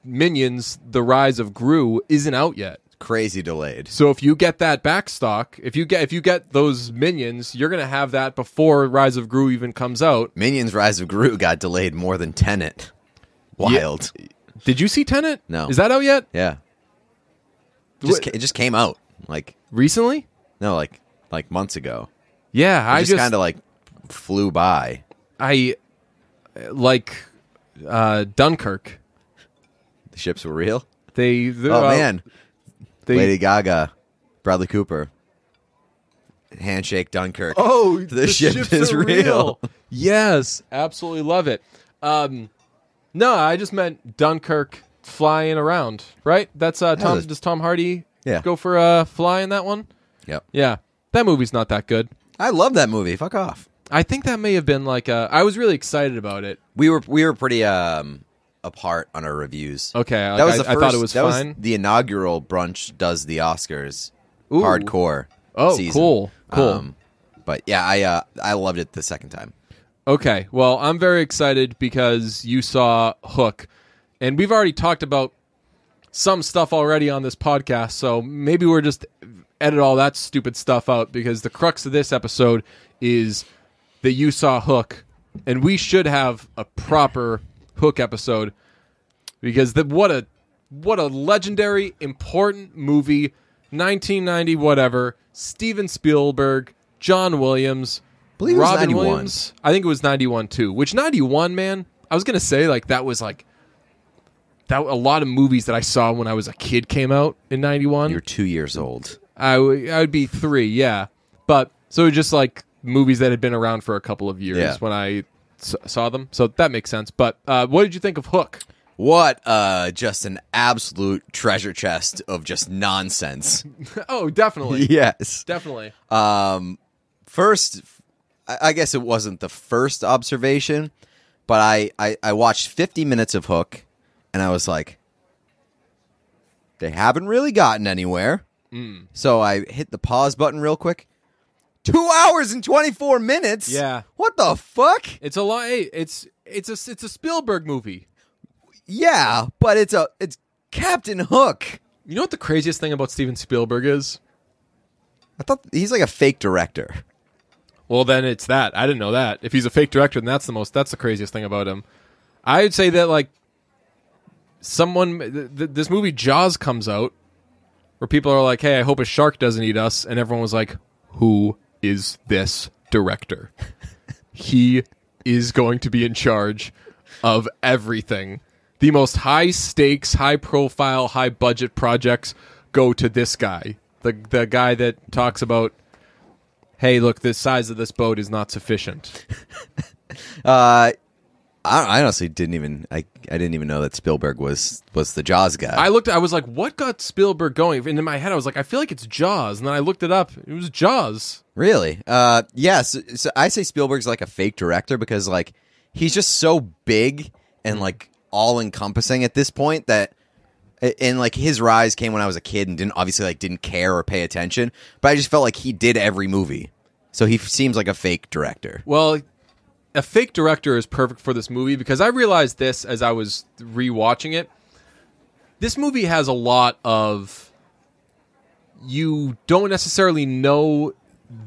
S1: Minions The Rise of Gru isn't out yet.
S2: Crazy delayed.
S1: So if you get that back stock, if you get if you get those minions, you're going to have that before Rise of Gru even comes out.
S2: Minions Rise of Gru got delayed more than Tenet. Wild.
S1: Did you see Tenant?
S2: No.
S1: Is that out yet?
S2: Yeah. Just
S1: Wh-
S2: ca- it just came out like
S1: Recently?
S2: no like like months ago.
S1: Yeah,
S2: It
S1: I
S2: just,
S1: just
S2: kind of like flew by.
S1: I uh, like uh Dunkirk.
S2: The ships were real.
S1: They they're,
S2: Oh
S1: uh,
S2: man,
S1: they
S2: Lady Gaga, Bradley Cooper, handshake Dunkirk.
S1: Oh,
S2: The ship is
S1: are
S2: real.
S1: yes, absolutely love it. Um, no, I just meant Dunkirk flying around. Right? That's uh, Tom.
S2: was-
S1: Does Tom Hardy
S2: Yeah.
S1: go for a fly in that one?
S2: Yep.
S1: Yeah, that movie's not that good.
S2: I love that movie. Fuck off.
S1: I think that may have been like uh, I was really excited about it.
S2: We were we were pretty um apart on our reviews.
S1: Okay, like,
S2: that was
S1: I-
S2: the
S1: I
S2: first.
S1: thought it was
S2: that
S1: fine.
S2: was the inaugural brunch does the Oscars
S1: Ooh.
S2: hardcore.
S1: Oh,
S2: season. Um,
S1: cool, cool.
S2: but yeah, I uh I loved it the second time.
S1: Okay, well, I'm very excited because you saw Hook, and we've already talked about some stuff already on this podcast, so maybe we're just edit all that stupid stuff out because the crux of this episode is that you saw Hook, and we should have a proper Hook episode because the, what a What a legendary, important movie. 1990, whatever. Steven Spielberg, John Williams,
S2: Believe it was
S1: Robin
S2: 91.
S1: Williams. I think it was 91 too. Which 91, man, I was gonna say like that was like that a lot of movies that I saw when I was a kid came out in 91.
S2: You're two years old.
S1: I would I would be three, yeah. But so it was just like movies that had been around for a couple of years
S2: Yeah.
S1: when I s- saw them, so that makes sense. But uh, what did you think of Hook?
S2: What uh just an absolute treasure chest of just nonsense.
S1: oh, definitely,
S2: yes.
S1: definitely.
S2: Um first I I guess it wasn't the first observation, but I I, I watched 50 minutes of Hook and I was like they haven't really gotten anywhere. So I hit the pause button real quick. 2 hours and 24 minutes.
S1: Yeah.
S2: What the fuck?
S1: It's a lot. Hey, it's it's a it's a Spielberg movie.
S2: Yeah, but it's a it's Captain Hook.
S1: You know what the craziest thing about Steven Spielberg is?
S2: I thought he's like a fake director.
S1: Well, then it's that. I didn't know that. If he's a fake director, then that's the most. That's the craziest thing about him. I would say that like someone, th- th- this movie Jaws comes out, where people are like, "Hey, I hope a shark doesn't eat us," and everyone was like, "Who is this director? he is going to be in charge of everything. The most high stakes, high profile, high budget projects go to this guy, the the guy that talks about." hey, look, the size of this boat is not sufficient.
S2: Uh, I, I honestly didn't even I, I didn't even know that Spielberg was was the Jaws guy.
S1: I looked, I was like, what got Spielberg going? And in my head, I was like, I feel like it's Jaws. And then I looked it up. It was Jaws.
S2: really? Uh, yes. Yeah, so, so I say Spielberg's like a fake director because like he's just so big and like all encompassing at this point that and like his rise came when I was a kid and didn't obviously like didn't care or pay attention, but I just felt like he did every movie. So he f- seems like a fake director.
S1: Well, a fake director is perfect for this movie because I realized this as I was rewatching it. This movie has a lot of you don't necessarily know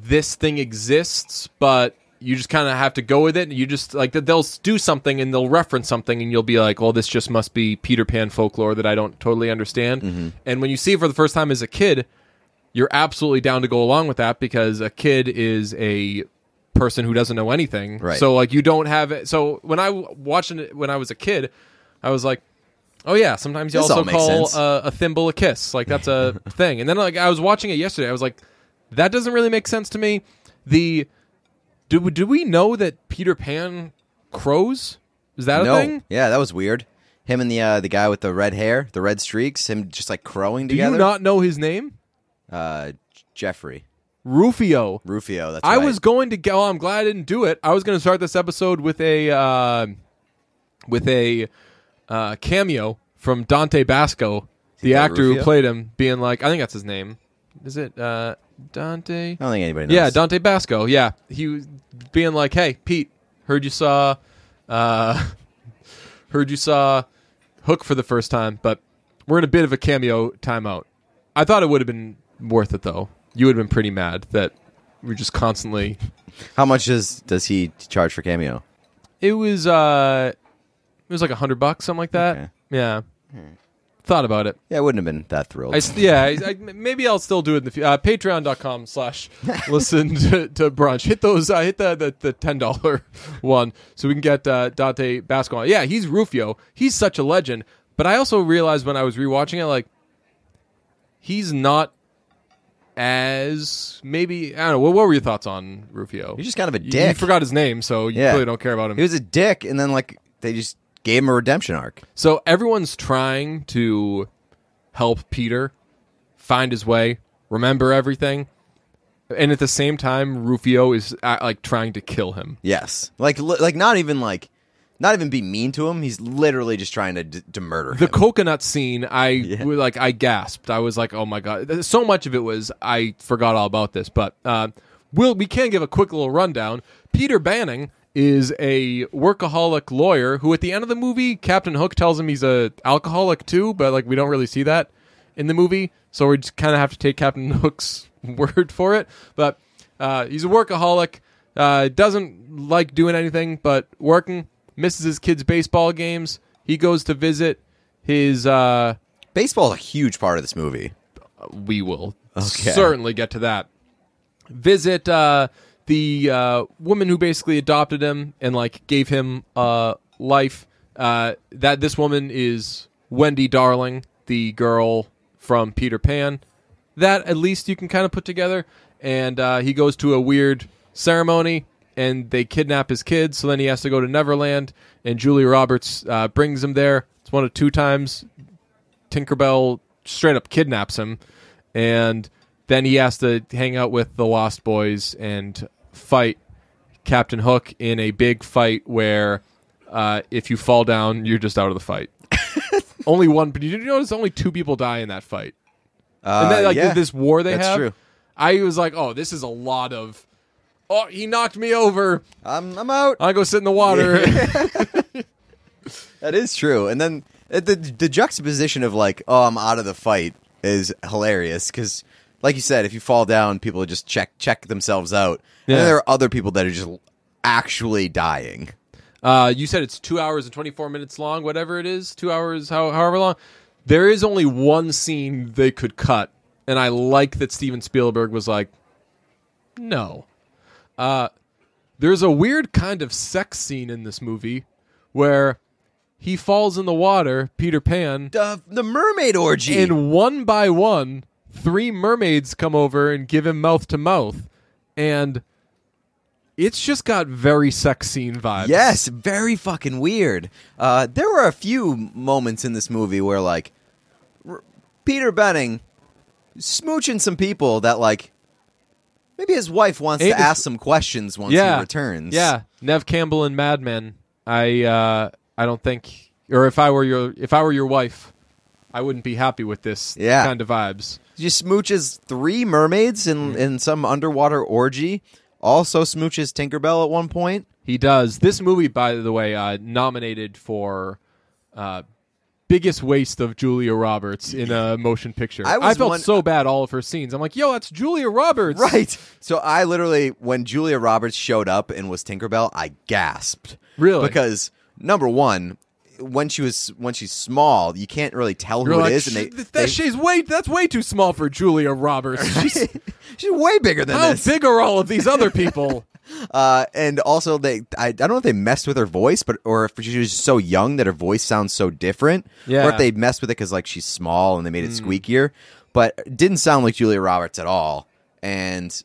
S1: this thing exists, but you just kind of have to go with it. And you just like that they'll do something and they'll reference something, and you'll be like, "Well, this just must be Peter Pan folklore that I don't totally understand." And when you see it for the first time as a kid, you're absolutely down to go along with that because a kid is a person who doesn't know anything.
S2: Right.
S1: So like you don't have it. So when I w- watching it when I was a kid, I was like, oh yeah, sometimes you
S2: This all
S1: also
S2: makes
S1: call
S2: sense.
S1: a, a thimble a kiss. Like that's a thing. And then like I was watching it yesterday, I was like, that doesn't really make sense to me. The do we- do we know that Peter Pan crows? Is that
S2: no.
S1: a thing?
S2: Yeah, that was weird. Him and the uh, the guy with the red hair, the red streaks, him just like crowing
S1: Do
S2: together.
S1: you not know his name?
S2: uh, Jeffrey
S1: Rufio.
S2: Rufio. That's
S1: I
S2: right.
S1: was going to go. I'm glad I didn't do it. I was going to start this episode with a uh, with a uh, cameo from Dante Basco, the
S2: that
S1: actor who
S2: Rufio?
S1: played him, being like, I think that's his name. Is it uh, Dante?
S2: I don't think anybody knows.
S1: Yeah, Dante Basco. Yeah, he was being like, "Hey, Pete, heard you saw, uh, heard you saw Hook for the first time, but we're in a bit of a cameo timeout." I thought it would have been worth it though. You would have been pretty mad that we're just constantly.
S2: How much does does he charge for cameo?
S1: It was uh, it was like a hundred bucks, something like that.
S2: Okay.
S1: Yeah, thought about it.
S2: Yeah, I wouldn't have been that thrilled.
S1: I s yeah, I, I, maybe I'll still do it in the future. Uh, Patreon.com slash listen to, to brunch. Hit those, uh, hit the, the, the $10 one so we can get uh, Dante Basco on. Yeah, he's Rufio. He's such a legend. But I also realized when I was rewatching it, like, he's not as maybe, I don't know. What, what were your thoughts on Rufio?
S2: He's just kind of a
S1: You- You
S2: dick.
S1: forgot his name, so you
S2: Yeah.
S1: really don't care about him.
S2: He was a dick, and then like they just gave him a redemption arc.
S1: So everyone's trying to help Peter find his way, remember everything, and at the same time, Rufio is uh, like trying to kill him.
S2: Yes, like li- like not even like not even be mean to him. He's literally just trying to d- to murder
S1: The
S2: him.
S1: coconut scene, I like, I gasped. I was like, "Oh my god!" So much of it was I forgot all about this, but uh, we'll, we can give a quick little rundown. Peter Banning is a workaholic lawyer who, at the end of the movie, Captain Hook tells him he's a alcoholic too, but like we don't really see that in the movie, so we just kind of have to take Captain Hook's word for it. But uh, he's a workaholic. Uh, doesn't like doing anything but working. Misses his kids' baseball games. He goes to visit his uh,
S2: Baseball's a huge part of this movie.
S1: we will
S2: Okay.
S1: certainly get to that. Visit uh, the uh, woman who basically adopted him and like gave him uh, life. Uh, that this woman is Wendy Darling, the girl from Peter Pan. That at least you can kind of put together. And uh, he goes to a weird ceremony, and they kidnap his kids. So then he has to go to Neverland, and Julia Roberts uh, brings him there. It's one of two times Tinkerbell straight up kidnaps him, and then he has to hang out with the Lost Boys and fight Captain Hook in a big fight where uh, if you fall down, you're just out of the fight. only one. But did you notice only two people die in that fight?
S2: Uh,
S1: And then, like
S2: yeah.
S1: this war they
S2: that's
S1: have.
S2: true.
S1: I was like, oh, this is a lot of. Oh, he knocked me over.
S2: I'm, I'm out.
S1: I go sit in the water.
S2: That is true. And then uh, the the juxtaposition of like, oh, I'm out of the fight is hilarious because, like you said, if you fall down, people just check check themselves out, and
S1: Yeah.
S2: then there are other people that are just actually dying.
S1: Uh, you said it's two hours and 24 minutes long, whatever it is, two hours, how, however long. There is only one scene they could cut, and I like that Steven Spielberg was like, no. Uh, there's a weird kind of sex scene in this movie where he falls in the water, Peter Pan,
S2: The the mermaid orgy.
S1: and one by one, three mermaids come over and give him mouth to mouth, and it's just got very sex scene vibes.
S2: yes, very fucking weird. Uh, there were a few moments in this movie where like R- Peter Benning smooching some people that like maybe his wife wants
S1: Ain't
S2: to
S1: his-
S2: ask some questions once he returns.
S1: Yeah, Nev Campbell and Mad Men. I uh, I don't think, or if I were your if I were your wife, I wouldn't be happy with this
S2: Yeah.
S1: kind of vibes.
S2: She smooches three mermaids
S1: Hmm.
S2: in, in some underwater orgy. Also smooches Tinkerbell at one point.
S1: He does. This movie, by the way, uh, nominated for uh, biggest waste of Julia Roberts in a motion picture.
S2: I was
S1: felt
S2: one-
S1: so bad all of her scenes. I'm like, yo, that's Julia Roberts.
S2: Right. So I literally, when Julia Roberts showed up and was Tinkerbell, I gasped.
S1: Really?
S2: Because number one, when she was when she's small, you can't really tell who
S1: You're
S2: it is,
S1: like,
S2: and
S1: "Sh-
S2: they,
S1: that
S2: they-
S1: she's way that's way too small for Julia Roberts. She's,
S2: she's way bigger than
S1: how
S2: this.
S1: big are all of these other people?
S2: Uh, and also they, I, I don't know if they messed with her voice, but or if she was so young that her voice sounds so different, or
S1: Yeah. Mm.
S2: if they messed with it because like she's small and they made it squeakier, but it didn't sound like Julia Roberts at all. And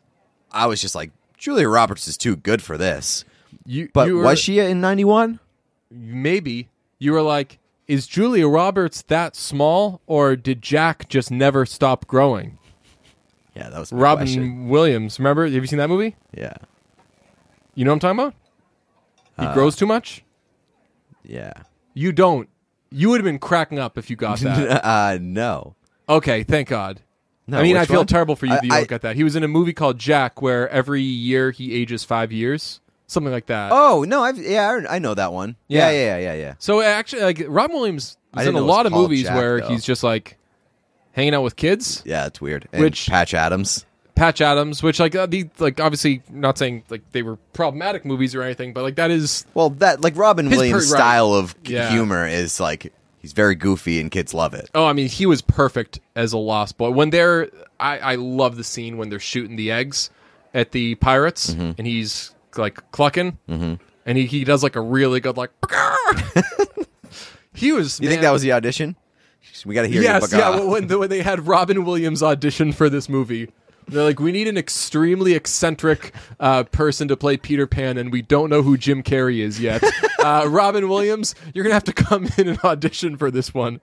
S2: I was just like, Julia Roberts is too good for this.
S1: You,
S2: But
S1: you were-
S2: was she in '91?
S1: maybe you were like, is Julia Roberts that small, or did Jack just never stop growing?
S2: Yeah, that was my
S1: Robin
S2: question.
S1: Williams, remember? Have you seen that movie?
S2: Yeah,
S1: You know what I'm talking about? He
S2: Uh,
S1: grows too much.
S2: yeah.
S1: You don't. You would have been cracking up if you got that.
S2: uh, no.
S1: okay, thank God.
S2: No,
S1: I mean,
S2: which
S1: I feel
S2: one?
S1: terrible for you
S2: I-
S1: that you
S2: I-
S1: don't got that. He was in a movie called Jack, where every year he ages five years, something like that.
S2: Oh no, I've yeah, I, I know that one. Yeah,
S1: Yeah.
S2: yeah, yeah, yeah. yeah.
S1: So actually, like Robin Williams
S2: I
S1: is
S2: didn't
S1: in a
S2: know it was
S1: lot of
S2: called
S1: movies
S2: Jack,
S1: where
S2: though.
S1: he's just like hanging out with kids.
S2: Yeah, it's weird. And
S1: Which-
S2: Patch Adams?
S1: Patch Adams, which like uh, the like obviously not saying like they were problematic movies or anything, but like that is
S2: Well, that like Robin
S1: His
S2: Williams'
S1: per- right.
S2: style of c-
S1: Yeah.
S2: humor is like he's very goofy and kids love it.
S1: oh, I mean he was perfect as a lost boy. When they're I I love the scene when they're shooting the eggs at the pirates
S2: Mm-hmm.
S1: and he's like clucking and he he does like a really good like he was
S2: You think that was the audition? We got to hear your
S1: yes
S2: bugger.
S1: yeah when- when the, when they had Robin Williams audition for this movie. They're like, we need an extremely eccentric uh, person to play Peter Pan, and we don't know who Jim Carrey is yet. Uh, Robin Williams, you're gonna have to come in and audition for this one.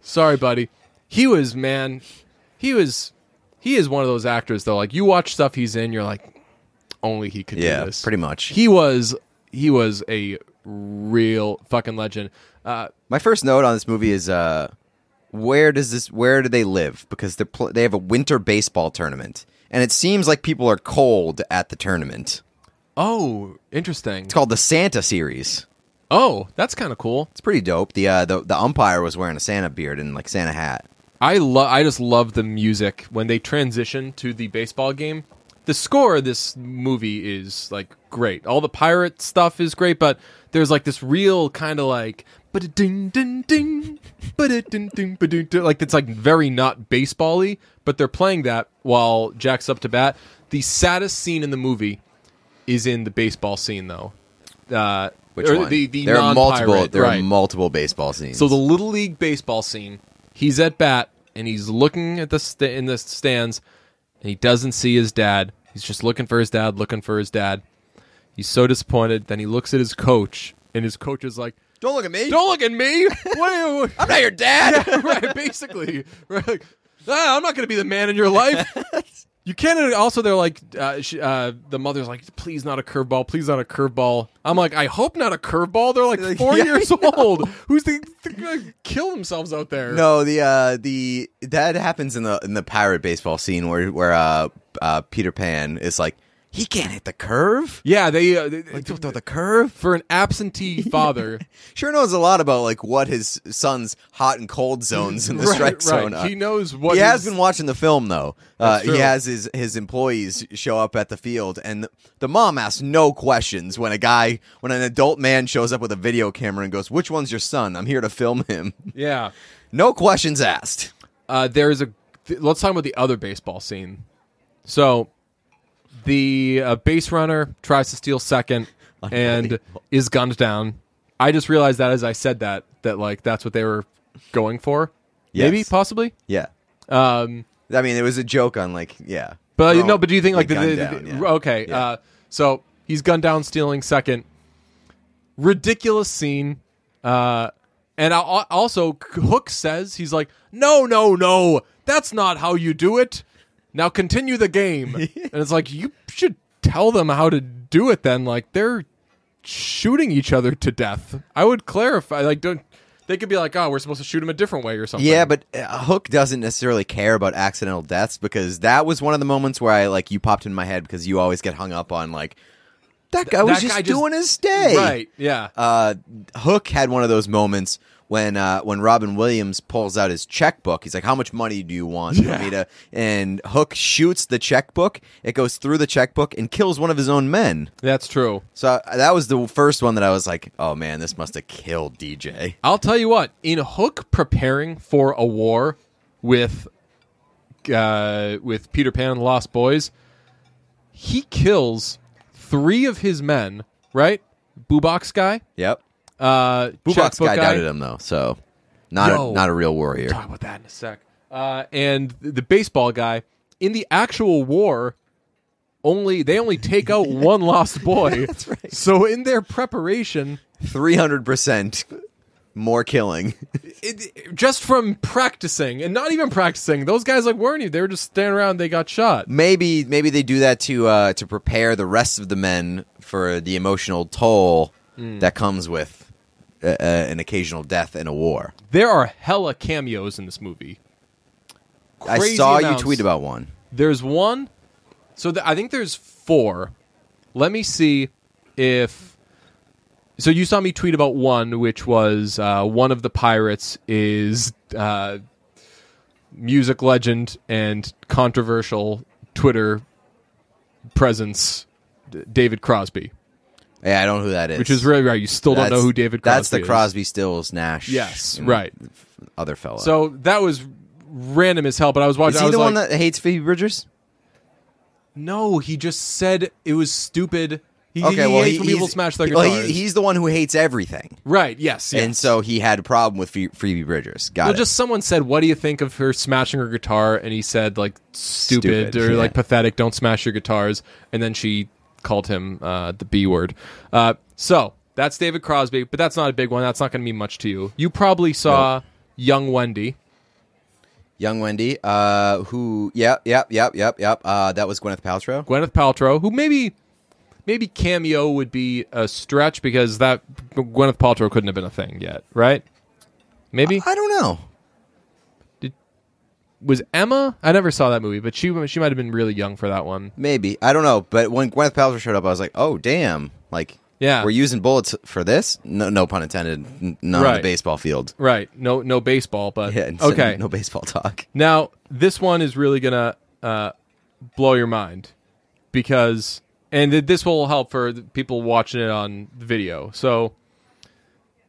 S1: Sorry, buddy. He was man. He was. He is one of those actors though. Like you watch stuff he's in, you're like, only he could
S2: Yeah,
S1: do this.
S2: pretty much.
S1: He was. He was a real fucking legend. Uh,
S2: My first note on this movie is uh where does this where do they live? Because they are pl- they have a winter baseball tournament and it seems like people are cold at the tournament.
S1: oh, interesting.
S2: It's called the Santa series.
S1: Oh, that's kind of cool.
S2: It's pretty dope. The uh the, the umpire was wearing a Santa beard and like Santa hat.
S1: I love. I just love the music when they transition to the baseball game. The score of this movie is like great. All the pirate stuff is great, but there's like this real kind of like "Bah, but ding ding ding, but ding ding ba ding like it's like very not baseball-y, but they're playing that while Jack's up to bat. The saddest scene in the movie is in the baseball scene though. Uh,
S2: Which
S1: or
S2: one?
S1: The, the
S2: there are multiple.
S1: non-pirate,
S2: There
S1: right.
S2: are multiple baseball scenes.
S1: So the little league baseball scene, he's at bat and he's looking at the st- in the stands, and he doesn't see his dad. He's just looking for his dad, looking for his dad. He's so disappointed. Then he looks at his coach, and his coach is like,
S2: don't look at me.
S1: "Don't look at me! What are you?"
S2: I'm not your dad.
S1: right, basically, right? Like, ah, I'm not going to be the man in your life. You can't. Also, they're like, uh, sh uh, the mother's like, please not a curveball, please not a curveball. I'm like, I hope not a curveball. They're like
S2: Like,
S1: four
S2: yeah,
S1: years old. Who's the, they're gonna kill themselves out there?
S2: No, the uh, the that happens in the in the pirate baseball scene where where uh, uh, Peter Pan is like he can't hit the curve.
S1: Yeah, they, uh, they-
S2: Like don't throw the curve.
S1: for an absentee father.
S2: Sure knows a lot about like what his son's hot and cold zones in the
S1: right,
S2: strike
S1: right.
S2: zone. Are.
S1: He knows what
S2: he has
S1: his-
S2: been watching the film though. Uh,
S1: That's true.
S2: he has his his employees show up at the field, and the, the mom asks no questions when a guy when an adult man shows up with a video camera and goes, "Which one's your son? I'm here to film him."
S1: Yeah,
S2: no questions asked.
S1: uh, there is a. Th- let's talk about the other baseball scene. So, the uh, base runner tries to steal second and
S2: Unbelievable.
S1: is gunned down. I just realized that as I said that that like that's what they were going for. Maybe
S2: Yes.
S1: possibly.
S2: Yeah,
S1: Um,
S2: I mean it was a joke on like yeah,
S1: But uh,
S2: Throw-
S1: no, but do you think like the,
S2: gun
S1: the,
S2: down,
S1: the-
S2: yeah.
S1: okay?
S2: Yeah.
S1: Uh, so he's gunned down, stealing second. Ridiculous scene. Uh, and I, al- also Hook says he's like, no, no, no, that's not how you do it. Now continue the game, and it's like you should tell them how to do it. Then like they're shooting each other to death. I would clarify. Like don't they could be like, oh, we're supposed to shoot him a different way or something.
S2: Yeah, but uh, Hook doesn't necessarily care about accidental deaths because that was one of the moments where I like you popped in my head because you always get hung up on like that guy was
S1: that
S2: just
S1: guy just-
S2: doing his stay.
S1: right. Yeah.
S2: Uh, Hook had one of those moments when uh, when Robin Williams pulls out his checkbook. He's like, "How much money do you want
S1: Yeah.
S2: for me to?" And Hook shoots the checkbook. It goes through the checkbook and kills one of his own men.
S1: That's true.
S2: So uh, that was the first one that I was like, "Oh man, this must have killed DJ."
S1: I'll tell you what, in Hook preparing for a war with uh, with Peter Pan and the Lost Boys, he kills three of his men, right? Boobox guy,
S2: Yep.
S1: uh
S2: Bubox
S1: checkbook
S2: guy doubted him though, so not
S1: Yo.
S2: a, not a real warrior.
S1: Talk about that in a sec. Uh, and the baseball guy in the actual war only they only take out one lost boy. That's right. So in their preparation,
S2: Three hundred percent more killing.
S1: it, just from practicing and not even practicing, those guys like weren't even they were just standing around, they got shot.
S2: maybe maybe they do that to uh, to prepare the rest of the men for the emotional toll
S1: Mm.
S2: that comes with uh, uh, an occasional death in a war.
S1: There are hella cameos in this movie.
S2: I
S1: Crazy
S2: saw
S1: amounts.
S2: you tweet about one.
S1: There's one. So th- I think there's four. Let me see if. So you saw me tweet about one, which was uh, one of the pirates is uh, music legend and controversial Twitter presence, D- David Crosby,
S2: Yeah, I don't know who that is.
S1: which is really right. You still don't know who David Crosby
S2: That's the
S1: is.
S2: Crosby, Stills, Nash.
S1: Yes,
S2: and
S1: right.
S2: Other fellow.
S1: So that was random as hell. But I was watching.
S2: is
S1: I
S2: he
S1: was
S2: the
S1: like,
S2: one that hates Phoebe Bridgers?
S1: No, he just said it was stupid. He,
S2: Okay,
S1: he
S2: well,
S1: hates
S2: he,
S1: when people
S2: he's-
S1: smash their
S2: well,
S1: guitars.
S2: he- he's the one who hates everything.
S1: right, yes, yes.
S2: And so he had a problem with Phoe- Phoebe Bridgers. Got
S1: well,
S2: it.
S1: just someone said, "What do you think of her smashing her guitar?" And he said, "Like stupid,
S2: Stupid,
S1: or
S2: yeah.
S1: like pathetic. Don't smash your guitars." And then she called him uh, the B word. Uh, so that's David Crosby, but that's not a big one. That's not going to mean much to you. You probably saw Young Wendy.
S2: Young Wendy, uh, who, yep, yep, yep, yep, yep. Uh, that was Gwyneth Paltrow.
S1: Gwyneth Paltrow, who maybe maybe cameo would be a stretch because that Gwyneth Paltrow couldn't have been a thing yet, right? Maybe
S2: I don't know.
S1: was Emma. I never saw that movie, but she she might have been really young for that one.
S2: Maybe I don't know. But when Gwyneth Paltrow showed up, I was like, oh damn, like
S1: Yeah.
S2: we're using bullets for this. No, no pun intended. N- Not on
S1: Right.
S2: the baseball field.
S1: Right? No, no baseball, but
S2: Yeah. and so
S1: okay.
S2: No baseball talk.
S1: Now this one is really gonna uh, blow your mind because, and th- this will help for the people watching it on video. So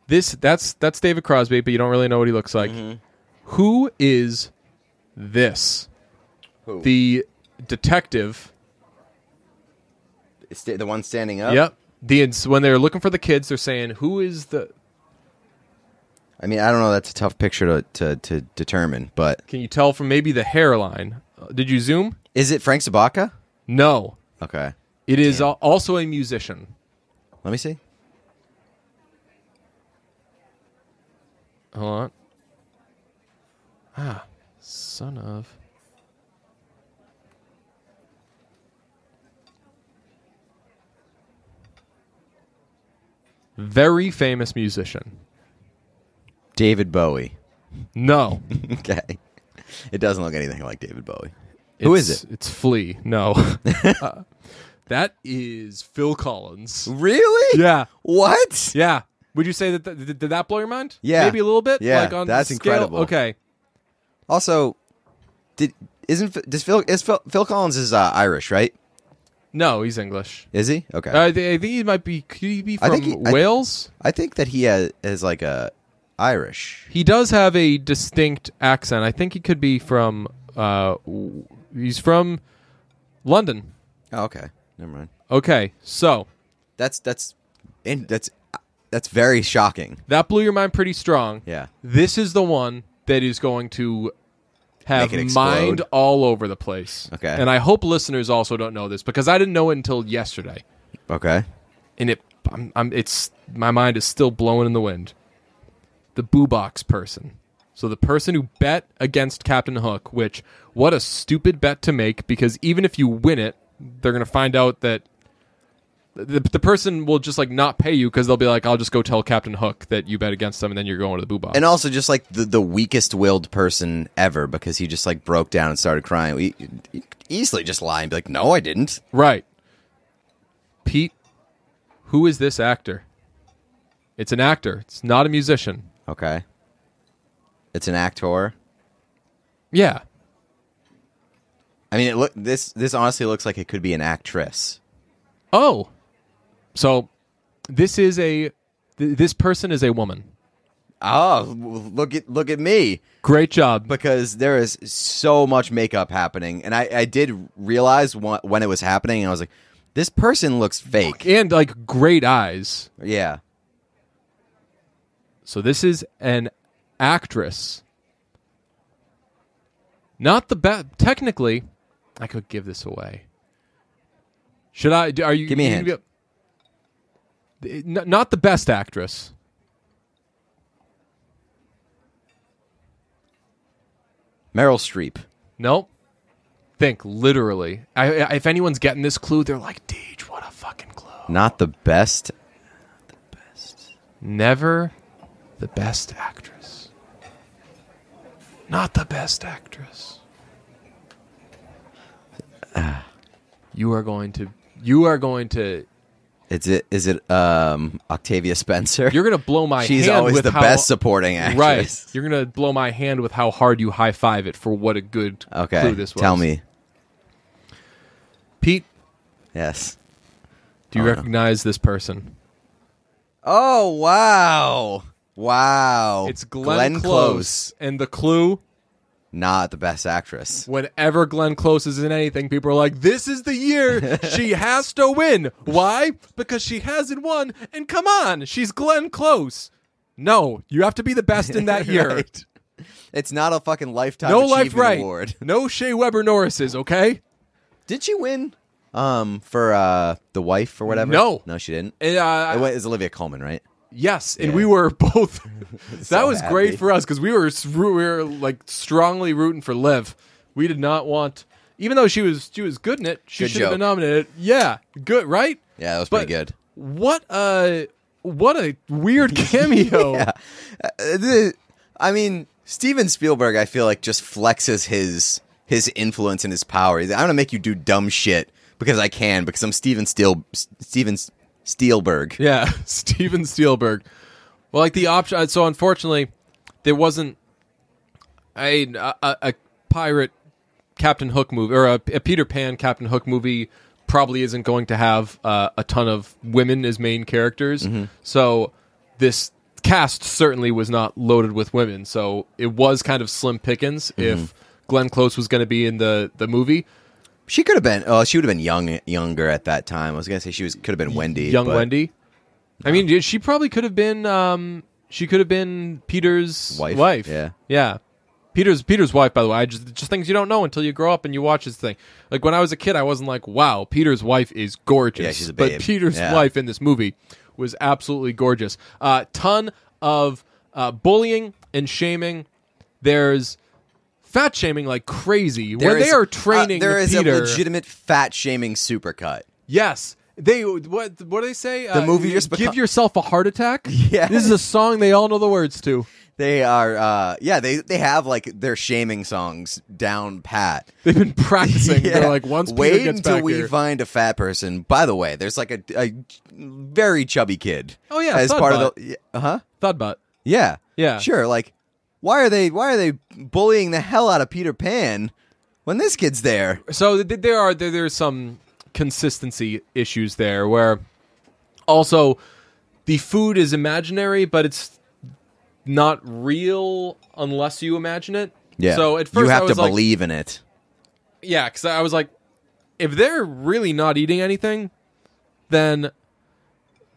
S1: This that's that's David Crosby, but you don't really know what he looks like. Who is this?
S2: Who?
S1: The detective.
S2: Sta- the one standing up.
S1: Yep. The ins- when they're looking for the kids, they're saying, "Who is the?"
S2: I mean, I don't know. That's a tough picture to, to, to determine, but
S1: Can you tell from maybe the hairline? Uh, Did you zoom?
S2: is it Frank Sabaka?
S1: No.
S2: Okay.
S1: It is al- also a musician.
S2: Let me see.
S1: Hold on. Ah, son of. Very famous musician.
S2: David Bowie.
S1: No.
S2: okay. It doesn't look anything like David Bowie. Who is
S1: It's- It's Flea. No. Uh, that is Phil Collins.
S2: Really?
S1: Yeah.
S2: What?
S1: Yeah. Would you say that th- th- did that blow your mind?
S2: Yeah.
S1: Maybe a little bit?
S2: Yeah,
S1: Like on
S2: that's
S1: scale?
S2: incredible.
S1: Okay.
S2: Also, did isn't does Phil is Phil, Phil Collins is uh, Irish, right?
S1: No, he's English.
S2: Is he? Okay.
S1: Uh, I thi- I think he might be. Could he be
S2: I
S1: from
S2: think he- I-
S1: Wales?
S2: I think that he has, is like a Irish.
S1: He does have a distinct accent. I think he could be from. Uh, w- he's from London.
S2: Oh, okay. Never mind.
S1: Okay, so
S2: That's that's and that's that's very shocking.
S1: that blew your mind pretty strong.
S2: Yeah.
S1: This is the one that is going to have
S2: Make it explode.
S1: mind all over the place.
S2: Okay.
S1: and I hope listeners also don't know this because I didn't know it until yesterday,
S2: Okay.
S1: and it, I'm, I'm, it's my mind is still blowing in the wind. The boo box person. So the person who bet against Captain Hook, which what a stupid bet to make because even if you win it, they're gonna find out that the, the person will just like not pay you because they'll be like, I'll just go tell Captain Hook that you bet against them and then you're going to the boo box.
S2: And also just like the, the weakest willed person ever because he just like broke down and started crying. We he could easily just lie and be like, "No, I didn't."
S1: Right. Pete, who is this actor? It's an actor. It's not a musician.
S2: Okay. It's an actor.
S1: Yeah.
S2: I mean, it look this this honestly looks like it could be an actress.
S1: Oh. So this is a th- this person is a woman.
S2: Oh, w- look at look at me
S1: Great job.
S2: because there is so much makeup happening, and I I did realize wha- when it was happening, and I was like, this person looks fake.
S1: And like great eyes.
S2: Yeah.
S1: So this is an actress. Not the best. Technically, I could give this away. Should I? do- Are you?
S2: Give me a
S1: you
S2: hint.
S1: gonna be- N- Not the best actress.
S2: Meryl Streep.
S1: Nope. Think literally. I, I, if anyone's getting this clue, they're like, "Deej, what a fucking clue."
S2: Not the best.
S1: Never the best actress. Not the best actress. Ah. You are going to. You are going to.
S2: Is it is it um Octavia Spencer?
S1: You're going to blow my
S2: She's
S1: hand
S2: always
S1: with
S2: the
S1: how,
S2: best supporting
S1: Right.
S2: actress.
S1: You're going to blow my hand with how hard you high five it for what a good
S2: Okay.
S1: clue this was.
S2: Tell me.
S1: Pete.
S2: Yes.
S1: Do you
S2: Oh, no.
S1: recognize this person?
S2: Oh wow. Wow.
S1: It's Glenn, Close, and the clue
S2: Not the best actress.
S1: whenever Glenn Close is in anything, people are like, "This is the year she has to win." Why? Because she hasn't won, and come on, she's Glenn Close. No, you have to be the best in that year.
S2: Right. It's not a fucking lifetime
S1: No
S2: achievement
S1: life right.
S2: award.
S1: No Shea Weber Norrises, okay?
S2: Did she win? Um, for uh the wife or whatever.
S1: No.
S2: no, she didn't.
S1: And, uh,
S2: It wa- it's Olivia Coleman, right?
S1: yes, and
S2: Yeah.
S1: we were both. that
S2: So
S1: was
S2: happy.
S1: great for us because we were s- we were like strongly rooting for Liv. We did not want, even though she was she was good in it, she
S2: Good
S1: should have been
S2: joke.
S1: nominated. Yeah, good, right?
S2: Yeah, that was
S1: But-
S2: pretty good.
S1: What a what a weird cameo.
S2: Yeah, Uh, the- I mean Steven Spielberg. I feel like just flexes his his influence and his power. He's like, I'm gonna make you do dumb shit because I can because I'm Steven Steel S- Steven S- Spielberg.
S1: Yeah, Steven Spielberg. Well, like the option. uh, So unfortunately, there wasn't a a, a pirate Captain Hook movie or a, a Peter Pan Captain Hook movie. Probably isn't going to have uh, a ton of women as main characters. So this cast certainly was not loaded with women, so it was kind of slim pickings if Glenn Close was going to be in the the movie.
S2: She could have been. Oh, she would have been young, younger at that time. I was gonna say she was could have been Wendy.
S1: Young
S2: but
S1: Wendy. I mean, dude, she probably could have been. Um, she could have been Peter's
S2: Wife?
S1: wife.
S2: Yeah.
S1: yeah. Peter's Peter's wife, by the way. I just just things you don't know until you grow up and you watch this thing. Like when I was a kid, I wasn't like, "Wow, Peter's wife is gorgeous."
S2: Yeah, she's a babe.
S1: But Peter's
S2: Yeah.
S1: wife in this movie was absolutely gorgeous. uh, ton of uh, bullying and shaming. There's fat shaming like crazy, where
S2: There
S1: they
S2: is-
S1: are
S2: uh,
S1: training.
S2: There is
S1: Peter.
S2: a legitimate fat shaming supercut.
S1: Yes. They what what do they say? The
S2: movie just
S1: give
S2: beco-
S1: yourself a heart attack.
S2: Yes.
S1: this is a song they all know the words to.
S2: They are, uh, yeah, they they have like their shaming songs down pat.
S1: They've been practicing.
S2: Yeah.
S1: They're like once
S2: wait
S1: Peter gets
S2: until
S1: back
S2: we
S1: here.
S2: find a fat person. By the way, there's like a, a very chubby kid.
S1: Oh, yeah,
S2: as
S1: Thudbot.
S2: part of the uh huh
S1: Thudbot.
S2: yeah
S1: Yeah.
S2: sure like why are they why are they bullying the hell out of Peter Pan when this kid's there?
S1: So th- there are there, there's some consistency issues there where also the food is imaginary, but it's not real unless you imagine it.
S2: Yeah,
S1: So at first
S2: you
S1: I
S2: have
S1: was
S2: to
S1: like,
S2: believe in it.
S1: Yeah, because I was like, if they're really not eating anything, then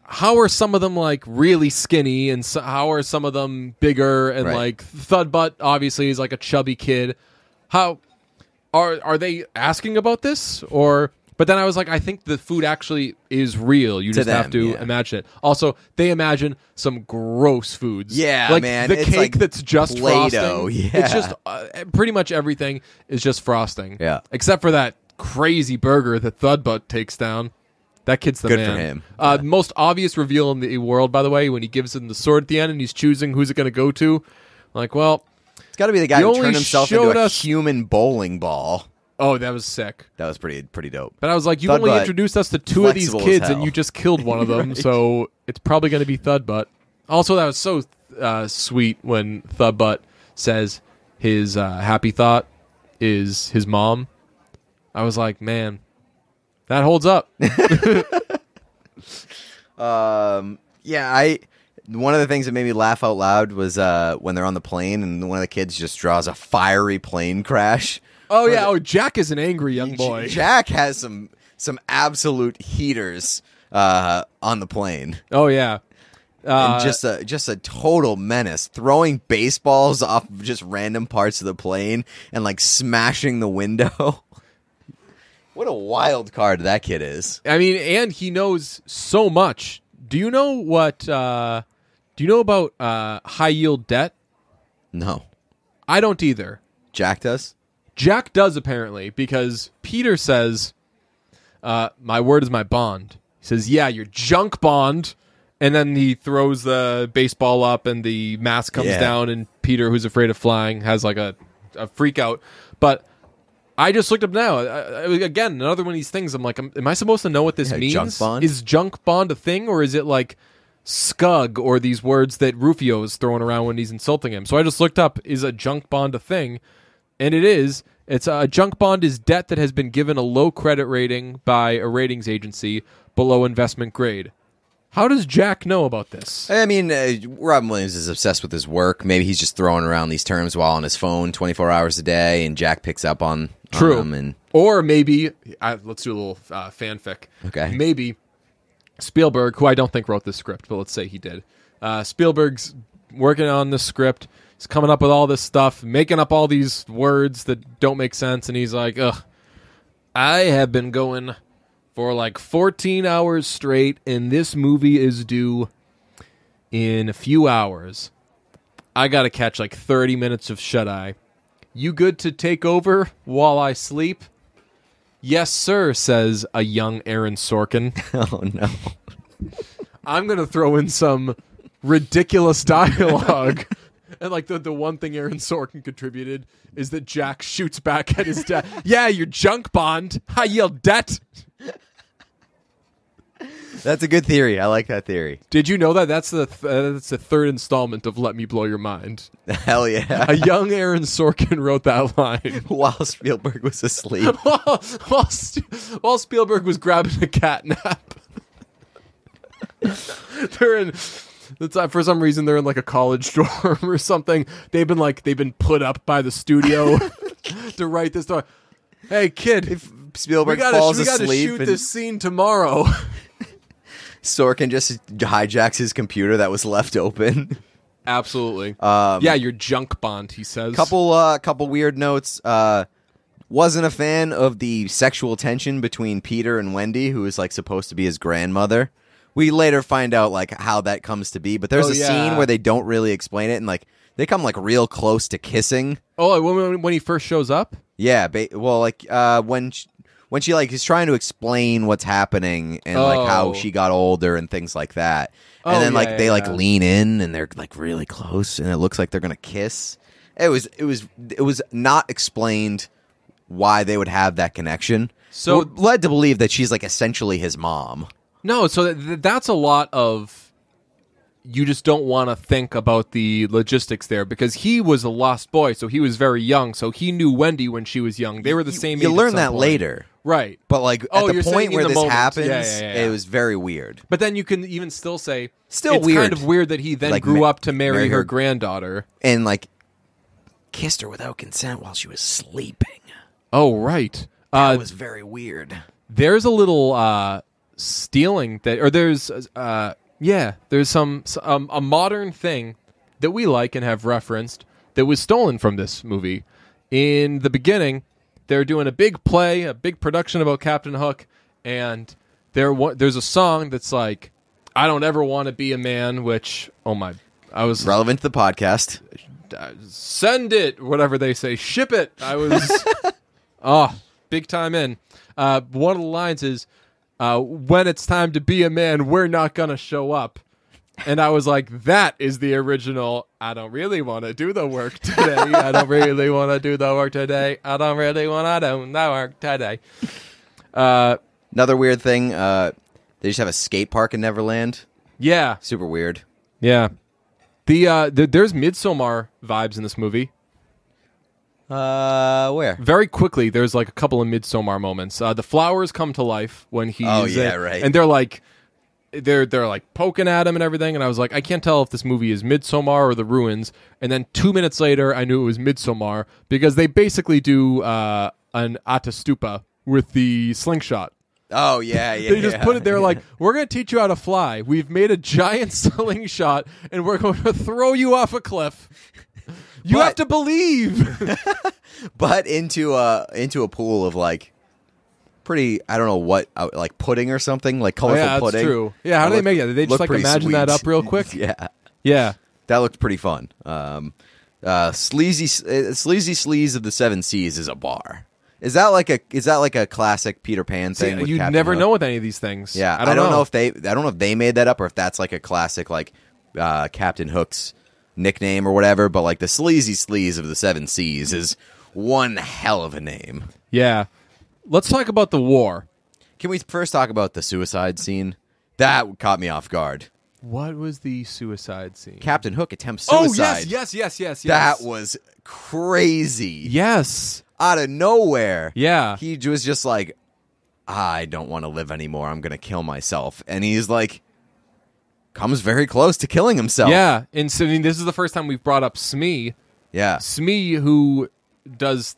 S1: how are some of them like really skinny, and so, how are some of them bigger, and
S2: Right.
S1: like Thudbutt obviously is like a chubby kid. How are are they asking about this or? But then I was like, I think the food actually is real. You just
S2: them,
S1: have to
S2: yeah.
S1: imagine it. Also, they imagine some gross foods.
S2: Yeah,
S1: like
S2: man,
S1: the
S2: it's
S1: cake
S2: like
S1: that's just
S2: Play-Doh,
S1: frosting.
S2: yeah.
S1: It's just uh, pretty much everything is just frosting.
S2: Yeah.
S1: Except for that crazy burger that Thudbutt takes down. That kid's the
S2: Good for
S1: man.
S2: him.
S1: Uh, Most obvious reveal in the world, by the way, when he gives him the sword at the end and he's choosing who's it going to go to. Like, well,
S2: It's got to be the guy
S1: You
S2: who
S1: only
S2: turned himself
S1: showed
S2: into a
S1: us-
S2: human bowling ball.
S1: oh, that was sick.
S2: That was pretty pretty dope.
S1: But I was like, you
S2: Thudbutt,
S1: only introduced us to two of these
S2: flexible as
S1: kids and
S2: hell.
S1: you just killed one of them, so it's probably going to be Thudbutt. Also, that was so uh, sweet when Thudbutt says his uh, happy thought is his mom. I was like, man, that holds up.
S2: Um, yeah, I one of the things that made me laugh out loud was uh, when they're on the plane and one of the kids just draws a fiery plane crash.
S1: Oh
S2: For
S1: yeah.
S2: the-
S1: Oh, Jack is an angry young boy.
S2: J- Jack has some some absolute heaters uh, on the plane.
S1: oh yeah. Uh,
S2: and just a just a total menace, throwing baseballs off of just random parts of the plane and like smashing the window. what a wild card that kid is.
S1: I mean, and he knows so much. Do you know what? Uh, do you know about uh, high yield debt?
S2: No,
S1: I don't either.
S2: Jack does.
S1: Jack does apparently because Peter says, uh, "My word is my bond." He says, "Yeah, your junk bond," and then he throws the baseball up, and the mask comes
S2: Yeah.
S1: down, and Peter, who's afraid of flying, has like a a freak out. But I just looked up now. I, I, again, another one of these things. I'm like, am, am I supposed to know what this
S2: Yeah,
S1: means?
S2: junk bond?
S1: Is junk bond a thing, or is it like? Scug, or these words that Rufio is throwing around when he's insulting him. So I just looked up: is a junk bond a thing? and it is. It's a junk bond is debt that has been given a low credit rating by a ratings agency below investment grade. How does Jack know about this?
S2: I mean, uh, Robin Williams is obsessed with his work. Maybe he's just throwing around these terms while on his phone, twenty four hours a day, and Jack picks up on on
S1: True.
S2: them and
S1: Or maybe I, let's do a little uh, fanfic.
S2: Okay.
S1: Maybe Spielberg, who I don't think wrote the script, but let's say he did. Uh, Spielberg's working on the script. He's coming up with all this stuff, making up all these words that don't make sense, and he's like, "Ugh, I have been going for like 14 hours straight, and this movie is due in a few hours. I got to catch like 30 minutes of shut eye. You good to take over while I sleep?" Yes, sir, says a young Aaron Sorkin.
S2: oh no,
S1: I'm gonna throw in some ridiculous dialogue. And like the the one thing Aaron Sorkin contributed is that Jack shoots back at his dad. yeah, your junk bond. I yelled debt.
S2: that's a good theory. I like that theory.
S1: Did you know that? That's the th- uh, that's the third installment of Let Me Blow Your Mind.
S2: Hell yeah.
S1: A young Aaron Sorkin wrote that line
S2: while Spielberg was asleep.
S1: while while, St- while Spielberg was grabbing a cat nap. They're in It's, uh, for some reason, they're in like a college dorm or something. They've been like they've been put up by the studio to write this. Story. Hey, kid,
S2: If
S1: we
S2: Spielberg
S1: gotta
S2: falls
S1: we gotta
S2: asleep
S1: shoot
S2: and
S1: this scene tomorrow.
S2: Sorkin just hijacks his computer that was left open.
S1: Absolutely.
S2: Um,
S1: yeah, your junk bond. He says.
S2: couple uh couple weird notes uh wasn't a fan of the sexual tension between peter and wendy who is like supposed to be his grandmother we later find out like how that comes to be but there's
S1: Oh,
S2: a
S1: yeah.
S2: scene where they don't really explain it and like they come like real close to kissing
S1: Oh, when, when he first shows up.
S2: yeah ba- well like uh when sh when she like is trying to explain what's happening and like
S1: Oh.
S2: how she got older and things like that and
S1: Oh,
S2: then
S1: yeah,
S2: like
S1: yeah,
S2: they like
S1: yeah.
S2: lean in and they're like really close and it looks like they're gonna kiss it was it was it was not explained why they would have that connection
S1: So-
S2: We're led to believe that she's like essentially his mom
S1: No, so th- th- that's a lot of. You just don't want to think about the logistics there because he was a lost boy, so he was very young, so he knew Wendy when she was young. They were the same.
S2: you
S1: age at
S2: learn
S1: some
S2: that
S1: point.
S2: later
S1: right?
S2: but like
S1: Oh,
S2: at
S1: you're
S2: the
S1: saying
S2: point
S1: in
S2: where
S1: the
S2: this
S1: moment. Yeah,
S2: happens
S1: yeah, yeah.
S2: it was very weird
S1: But then you can even still say,
S2: Still
S1: it's
S2: weird.
S1: kind of weird that he then
S2: Like,
S1: grew
S2: ma-
S1: up to marry,
S2: marry
S1: her,
S2: her-
S1: granddaughter.
S2: and like kissed her without consent while she was sleeping
S1: Oh, right. Uh,
S2: was very weird.
S1: there's a little uh, stealing that, or there's uh, yeah, there's some s- um, a modern thing that we like and have referenced that was stolen from this movie. In the beginning, they're doing a big play, a big production about Captain Hook, and there wa- there's a song that's like, "I don't ever want to be a man," which oh my, I was
S2: Relevant to the podcast.
S1: send it, whatever they say, ship it. I was, oh, big time in. Uh, one of the lines is, uh, when it's time to be a man, we're not going to show up. And I was like, that is the original. I don't really want to do the work today. I don't really want to do the work today. I don't really want to do the work today. Uh,
S2: Another weird thing. Uh, they just have a skate park in Neverland.
S1: yeah.
S2: Super weird.
S1: Yeah. The, uh, th- there's Midsommar vibes in this movie.
S2: Uh, where?
S1: very quickly there's like a couple of midsomar moments uh, the flowers come to life when he's
S2: Oh, yeah,
S1: uh,
S2: right.
S1: and they're like they're they're like poking at him and everything and i was like i can't tell if this movie is midsomar or the ruins and then two minutes later i knew it was midsomar because they basically do uh, an atastupa with the slingshot
S2: Oh yeah, yeah.
S1: they just
S2: yeah.
S1: put it there like we're going to teach you how to fly we've made a giant slingshot and we're going to throw you off a cliff you
S2: But-
S1: have to believe
S2: but into a into a pool of like pretty. I don't know what uh, like pudding or something like colorful
S1: Oh, yeah, that's
S2: pudding.
S1: true. Yeah, how
S2: That
S1: do they
S2: looked-
S1: make that? Did they just,
S2: looked
S1: like,
S2: pretty
S1: imagine that
S2: sweet.
S1: up real quick?
S2: yeah,
S1: yeah
S2: that looked pretty fun. Um, uh, sleazy uh, sleazy sleaze of the seven seas is a bar. Is that like a is that like a classic Peter Pan thing? with
S1: you
S2: Captain
S1: never
S2: Hook?
S1: know with any of these things.
S2: Yeah, I don't, know. if they I don't know if they made that up or if that's like a classic like uh, Captain Hook's nickname or whatever. But like the sleazy sleaze of the Seven Seas is one hell of a name.
S1: yeah, let's talk about the war.
S2: Can we first talk about the suicide scene? That caught me off guard.
S1: What was the suicide scene?
S2: Captain Hook attempts
S1: oh yes,
S2: suicide.
S1: yes, yes, yes, yes.
S2: That was crazy.
S1: yes.
S2: Out of nowhere.
S1: Yeah.
S2: He was just like, "Ah, I don't want to live anymore. I'm going to kill myself. And he's like, comes very close to killing himself.
S1: Yeah, and so I mean, this is the first time we've brought up Smee.
S2: Yeah.
S1: Smee, who does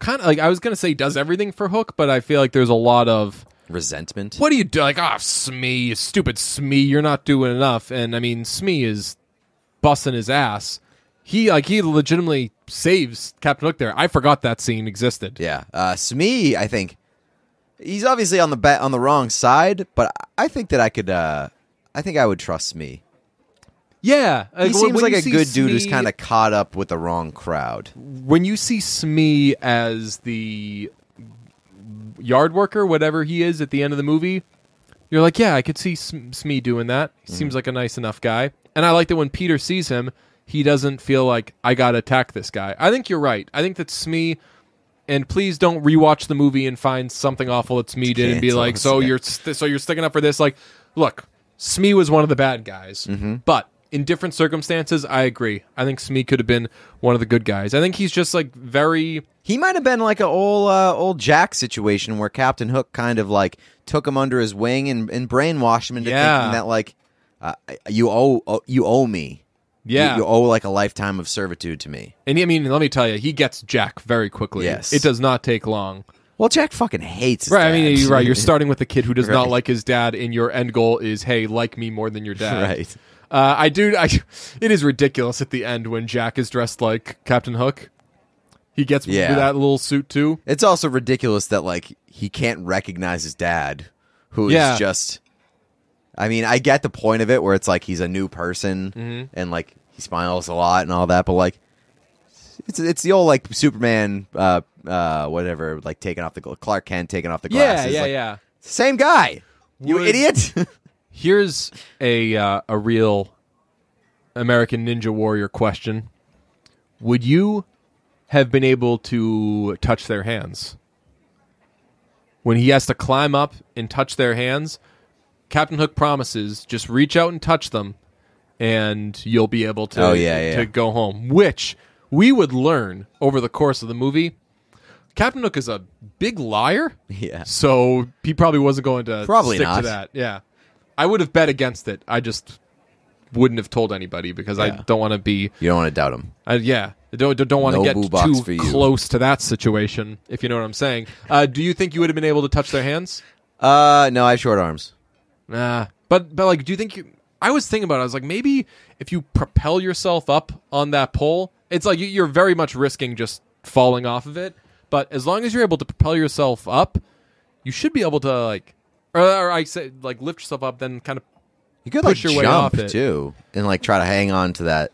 S1: kind of like I was gonna say does everything for Hook, but I feel like there's a lot of
S2: resentment.
S1: what do you do? Like, ah, Smee, you stupid Smee, you're not doing enough. And I mean, Smee is busting his ass. He like he legitimately saves Captain Hook there. I forgot that scene existed.
S2: Yeah, uh, Smee, I think he's obviously on the ba- on the wrong side, but I I think that I could. Uh, I think I would trust Smee.
S1: Yeah, like,
S2: He
S1: when-
S2: seems
S1: when
S2: like
S1: you
S2: a
S1: see
S2: good dude who's
S1: Smee-
S2: kind of caught up with the wrong crowd.
S1: when you see Smee as the yard worker, whatever he is, at the end of the movie, you're like, yeah, I could see Sm- Smee doing that. He seems like a nice enough guy, and I like that when Peter sees him, he doesn't feel like I gotta attack this guy. I think you're right. I think that Smee. And please don't rewatch the movie and find something awful that Smee did and be
S2: Cancel
S1: like,
S2: us,
S1: so
S2: yeah.
S1: you're st- so you're sticking up for this. Like, look, Smee was one of the bad guys, but in different circumstances, I agree. I think Smee could have been one of the good guys. I think he's just like very
S2: He might have been like an old uh, old Jack situation where Captain Hook kind of like took him under his wing and, and brainwashed him into
S1: Yeah.
S2: thinking that like uh, you owe oh, you owe me.
S1: Yeah.
S2: you, you owe like a lifetime of servitude to me.
S1: and I mean, let me tell you, he gets Jack very quickly.
S2: Yes.
S1: It does not take long.
S2: Well, Jack fucking hates. His
S1: Right. I
S2: dad.
S1: mean, you're right. You're starting with a kid who does not
S2: Right.
S1: like his dad, and your end goal is, hey, like me more than your dad.
S2: right.
S1: Uh, I do. I, it is ridiculous at the end when Jack is dressed like Captain Hook. He gets
S2: Yeah.
S1: that little suit too.
S2: It's also ridiculous that like he can't recognize his dad, who is
S1: Yeah.
S2: just. I mean, I get the point of it where it's like he's a new person
S1: Mm-hmm.
S2: and like he smiles a lot and all that, but like it's it's the old like Superman, uh, uh, whatever, like taking off the gl- Clark Kent taking off the glasses. like,
S1: yeah.
S2: Same guy, you
S1: Would-
S2: idiot.
S1: Here's a uh, a real American Ninja Warrior question: Would you have been able to touch their hands when he has to climb up and touch their hands? Captain Hook promises, just reach out and touch them, and you'll be able to
S2: Oh, yeah, yeah.
S1: to go home. Which we would learn over the course of the movie. Captain Hook is a big liar.
S2: yeah,
S1: So he probably wasn't going to
S2: Probably
S1: stick
S2: not.
S1: to that. Yeah. I would have bet against it. I just wouldn't have told anybody because I
S2: Yeah.
S1: don't want to be
S2: you don't want to doubt him.
S1: I, yeah, I don't don't want to
S2: No boo
S1: get
S2: box for
S1: too
S2: you.
S1: close to that situation if you know what I'm saying. Uh, do you think you would have been able to touch their hands?
S2: Uh, no, I have short arms.
S1: Nah. But but like do you think you I was thinking about it. I was like maybe if you propel yourself up on that pole, it's like you- you're very much risking just falling off of it, but as long as you're able to propel yourself up, you should be able to like or, or I said like lift yourself up then kind of
S2: You could
S1: push
S2: like
S1: your way
S2: jump
S1: off it.
S2: too, and like try to hang on to that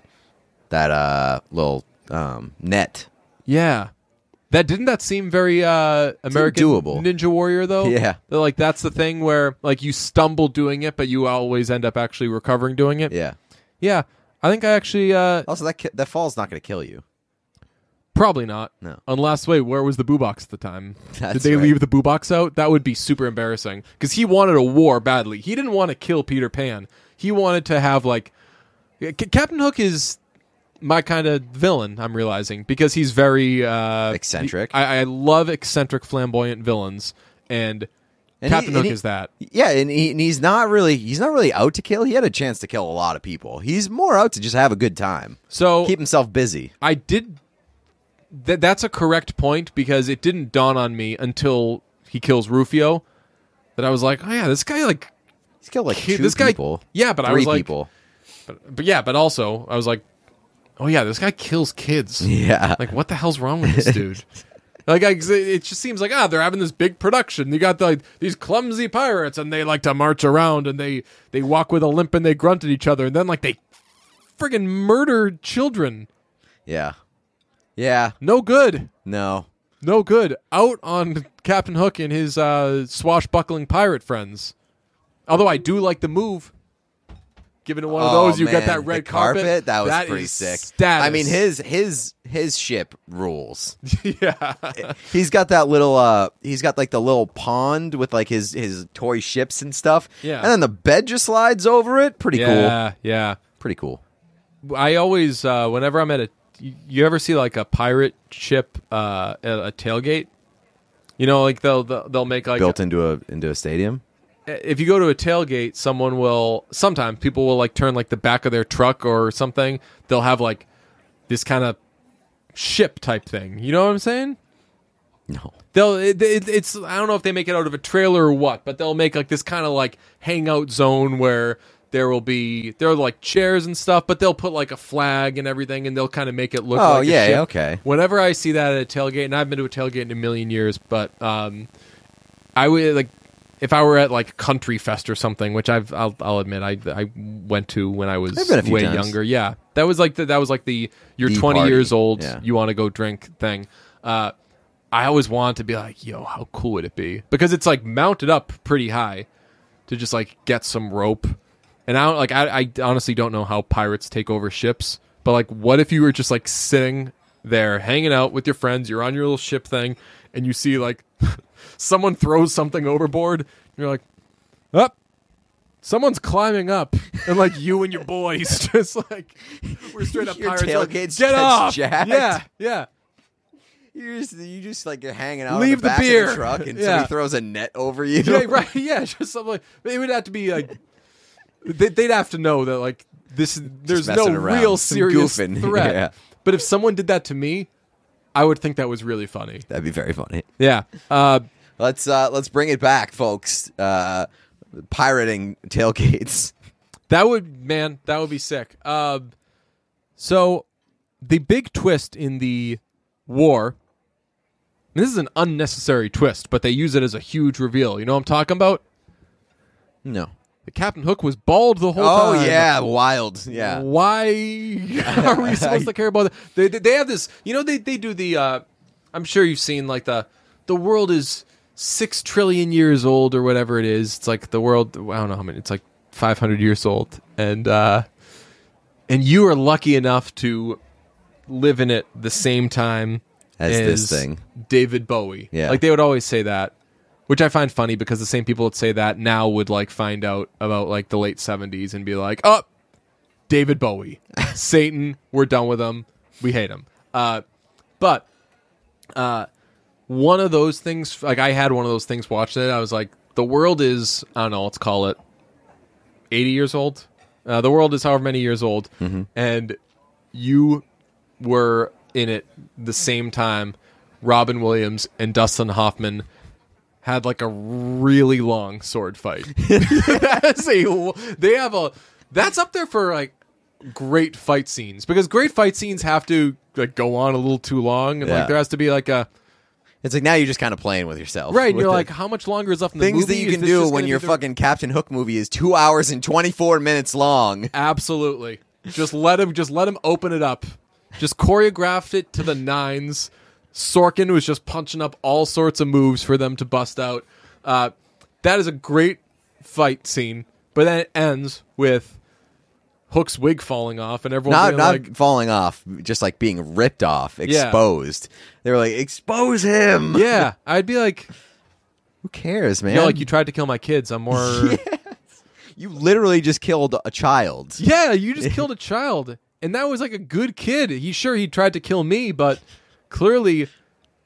S2: that uh little um net.
S1: Yeah. That didn't that seem very uh American
S2: doable.
S1: Ninja Warrior though?
S2: Yeah.
S1: That, like that's the thing where like you stumble doing it but you always end up actually recovering doing it.
S2: Yeah.
S1: Yeah. I think I actually uh
S2: Also, that ki- that fall's not going to kill you.
S1: Probably not.
S2: No.
S1: Unless, wait, where was the boo box at the time? Did
S2: That's
S1: they
S2: right.
S1: leave the boo box out? That would be super embarrassing because he wanted a war badly. He didn't want to kill Peter Pan. He wanted to have like C- Captain Hook is my kind of villain. I'm realizing because he's very uh,
S2: Eccentric.
S1: I, I love eccentric, flamboyant villains, and,
S2: And
S1: Captain
S2: he-
S1: Hook
S2: and he-
S1: is that.
S2: Yeah, and, he, and he's not really he's not really out to kill. He had a chance to kill a lot of people. He's more out to just have a good time,
S1: So
S2: keep himself busy.
S1: I did. Th- that's a correct point because it didn't dawn on me until he kills Rufio that I was like, oh yeah, this guy like,
S2: He's killed like
S1: Kid-
S2: two
S1: this guy-
S2: people.
S1: yeah, but I
S2: three
S1: was like-
S2: people.
S1: but yeah, but also I was like, oh yeah, this guy kills kids.
S2: Yeah,
S1: Like, what the hell's wrong with this dude? like, I, it just seems like ah, they're having this big production. You got like these clumsy pirates, and they like to march around, and they they walk with a limp, and they grunt at each other, and then like they friggin' murder children.
S2: yeah, yeah.
S1: No good.
S2: No,
S1: No good. Out on Captain Hook and his uh, swashbuckling pirate friends. Although I do like the move. Giving it one of
S2: Oh,
S1: those, you get
S2: man,
S1: that
S2: the
S1: red carpet.
S2: That was
S1: That
S2: pretty
S1: is
S2: sick.
S1: Status.
S2: I mean, his his his ship rules.
S1: yeah,
S2: he's got that little uh he's got like the little pond with like his his toy ships and stuff
S1: Yeah.
S2: and then the bed just slides over it pretty cool
S1: yeah, yeah.
S2: pretty cool
S1: I always, uh, whenever I'm at a, you- you ever see like a pirate ship uh, at a tailgate? You know, like they'll they'll, they'll make like
S2: built into a into a stadium
S1: if you go to a tailgate, someone will sometimes people will like turn like the back of their truck or something. They'll have like this kind of ship type thing. You know what I'm saying?
S2: no
S1: They'll it, it, it's I don't know if they make it out of a trailer or what, but they'll make like this kind of like hangout zone where there will be there are like chairs and stuff, but they'll put like a flag and everything, and they'll kind of make it look.
S2: Oh,
S1: like a
S2: yeah,
S1: ship.
S2: okay.
S1: Whenever I see that at a tailgate, and I've been to a tailgate in a million years, but um, I would like if I were at like Country Fest or something, which I've I'll, I'll admit I I went to when I was
S2: I've been a few
S1: way
S2: times.
S1: younger. Yeah, that was like the, that was like the you're
S2: The
S1: 20
S2: party,
S1: years old,
S2: yeah.
S1: you want to go drink thing. Uh, I always wanted to be like, yo, how cool would it be? Because it's like mounted up pretty high to just like get some rope. And I don't like I, I honestly don't know how pirates take over ships, but like what if you were just like sitting there hanging out with your friends, you're on your little ship thing, and you see like someone throws something overboard, and you're like, Up someone's climbing up. And like you and your boys just like we're straight up
S2: Your
S1: pirates. like,
S2: tailgate's
S1: Get
S2: just
S1: off.
S2: jacked."
S1: Yeah, yeah.
S2: you just you just like you're hanging out
S1: Leave
S2: leave
S1: the
S2: the, back
S1: beer.
S2: of the truck and
S1: Yeah.
S2: somebody throws a net over you
S1: Yeah, right. Yeah, just something. Like, it would have to be like they, they'd have to know that like this. There's no
S2: messing around.
S1: real
S2: Some
S1: serious
S2: goofing.
S1: threat.
S2: Yeah.
S1: But if someone did that to me, I would think that was really funny.
S2: That'd be very funny.
S1: Yeah. Uh,
S2: Let's uh let's bring it back, folks. Uh pirating tailgates.
S1: That would man, that would be sick. Um, so the big twist in the war. and This is an unnecessary twist, but they use it as a huge reveal. You know what I'm talking about?
S2: No.
S1: The Captain Hook was bald the whole
S2: Oh
S1: time.
S2: yeah, wild. Yeah.
S1: Why are we supposed to care about that? They, they they have this. You know they they do the. Uh, I'm sure you've seen like the the world is six trillion years old or whatever it is. It's like the world. I don't know how many. It's like 500 years old, and uh, and you are lucky enough to live in it the same time
S2: As this thing.
S1: David Bowie.
S2: Yeah.
S1: Like they would always say that, which I find funny because the same people that say that now would like find out about like the late 70s and be like, oh, David Bowie, Satan, we're done with him. We hate him. Uh, but uh, one of those things, like I had one of those things watching it. I was like, the world is, I don't know, let's call it 80 years old. Uh, the world is however many years old.
S2: Mm-hmm.
S1: And you were in it the same time Robin Williams and Dustin Hoffman had like a really long sword fight. That's a- they have a that's up there for like great fight scenes because great fight scenes have to like go on a little too long and
S2: Yeah.
S1: like there has to be like a
S2: It's like now you're just kind of playing with yourself.
S1: right and
S2: With
S1: you're
S2: the
S1: like how much longer is left in the
S2: things
S1: movie?
S2: that you
S1: Is
S2: can
S1: this
S2: do
S1: just
S2: when
S1: gonna
S2: your
S1: be the-
S2: fucking Captain Hook movie is 2 hours and 24 minutes long.
S1: Absolutely. Just let him just let him open it up. Just choreographed it to the nines. Sorkin was just punching up all sorts of moves for them to bust out. Uh, that is a great fight scene, but then it ends with Hook's wig falling off and everyone
S2: Not
S1: being
S2: not
S1: like,
S2: falling off, just like being ripped off, exposed. They were like expose him.
S1: "Yeah." I'd be like,
S2: Who cares, man?
S1: "You know, like you tried to kill my kids. I'm more."
S2: You literally just killed a child.
S1: Yeah, you just killed a child, and that was like a good kid. He sure he tried to kill me, but clearly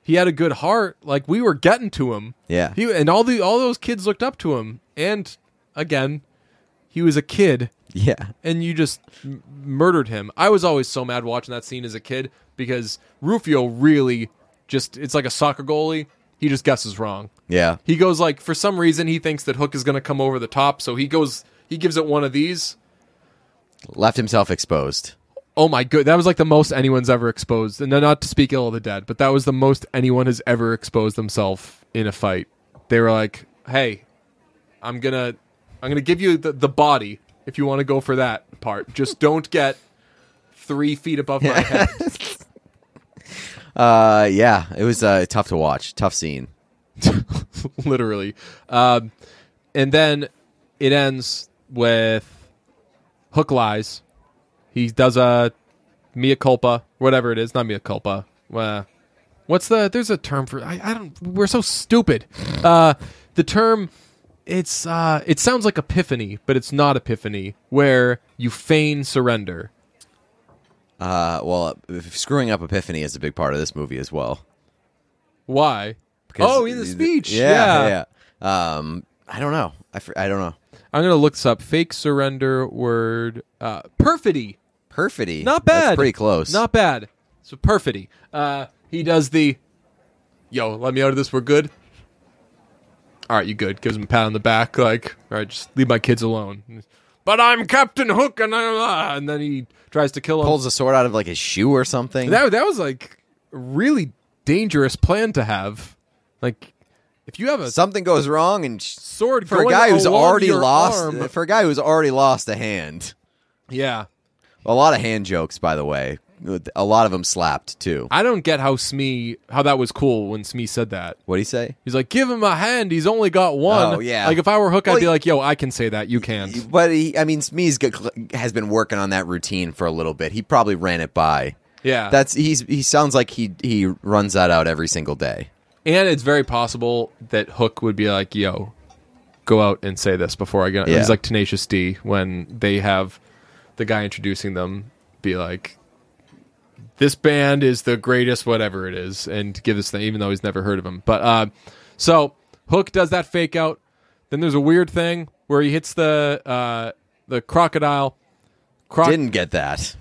S1: he had a good heart. Like we were getting to him.
S2: Yeah.
S1: he and all the all those kids looked up to him. And again, he was a kid,
S2: Yeah.
S1: and you just m- murdered him. I was always so mad watching that scene as a kid because Rufio really just it's like a soccer goalie. He just guesses wrong.
S2: Yeah.
S1: He goes like for some reason he thinks that Hook is going to come over the top, so he goes he gives it one of these
S2: Left himself exposed.
S1: Oh my good, that was like the most anyone's ever exposed, and not to speak ill of the dead, but that was the most anyone has ever exposed themselves in a fight. They were like, "Hey, I'm gonna, I'm gonna give you the, the body if you want to go for that part. Just don't get three feet above my head."
S2: Uh yeah, it was uh tough to watch. Tough scene.
S1: literally. Um, and then it ends with Hook lies. He does a mea culpa, whatever it is, not mea culpa. Uh, what's the? There's a term for. I, I don't. We're so stupid. Uh, the term. It's. Uh, it sounds like epiphany, but it's not epiphany. Where you feign surrender.
S2: Uh well, uh, screwing up epiphany is a big part of this movie as well.
S1: Why?
S2: 'Cause-
S1: oh, in the speech.
S2: Yeah, yeah. Um I don't know. I fr- I don't know.
S1: I'm gonna look this up. Fake surrender word. Uh, perfidy.
S2: Perfidy.
S1: Not
S2: That's
S1: bad.
S2: pretty close.
S1: Not bad. So perfidy. Uh, he does the, yo, let me out of this. We're good. All right, you good? Gives him a pat on the back, like, all right, just leave my kids alone. But I'm Captain Hook, and I, and then he tries to kill him.
S2: pulls a sword out of like his shoe or something.
S1: That that was like a really dangerous plan to have. Like, if you have a
S2: something goes wrong and sh-
S1: sword
S2: for a
S1: going
S2: guy who's
S1: along
S2: already
S1: your
S2: lost uh,
S1: arm-
S2: for a guy who's already lost a hand.
S1: yeah,
S2: A lot of hand jokes by the way. A lot of them slapped too.
S1: I don't get how Smee how that was cool when Smee said that.
S2: What do you say?
S1: He's like, give him a hand. He's only got one.
S2: Oh, yeah.
S1: Like if I were Hook,
S2: Well,
S1: I'd be
S2: he-
S1: like, yo, I can say that. You can't.
S2: But he, I mean, Smee's g- has been working on that routine for a little bit. He probably ran it by.
S1: yeah.
S2: That's he's he sounds like he he runs that out every single day.
S1: and it's very possible that Hook would be like, yo, go out and say this before I get.
S2: Yeah.
S1: He's like Tenacious D when they have the guy introducing them be like, this band is the greatest, whatever it is, and give this thing, even though he's never heard of him. But uh, so Hook does that fake out. Then there's a weird thing where he hits the uh, the crocodile. Croc-
S2: Didn't get that.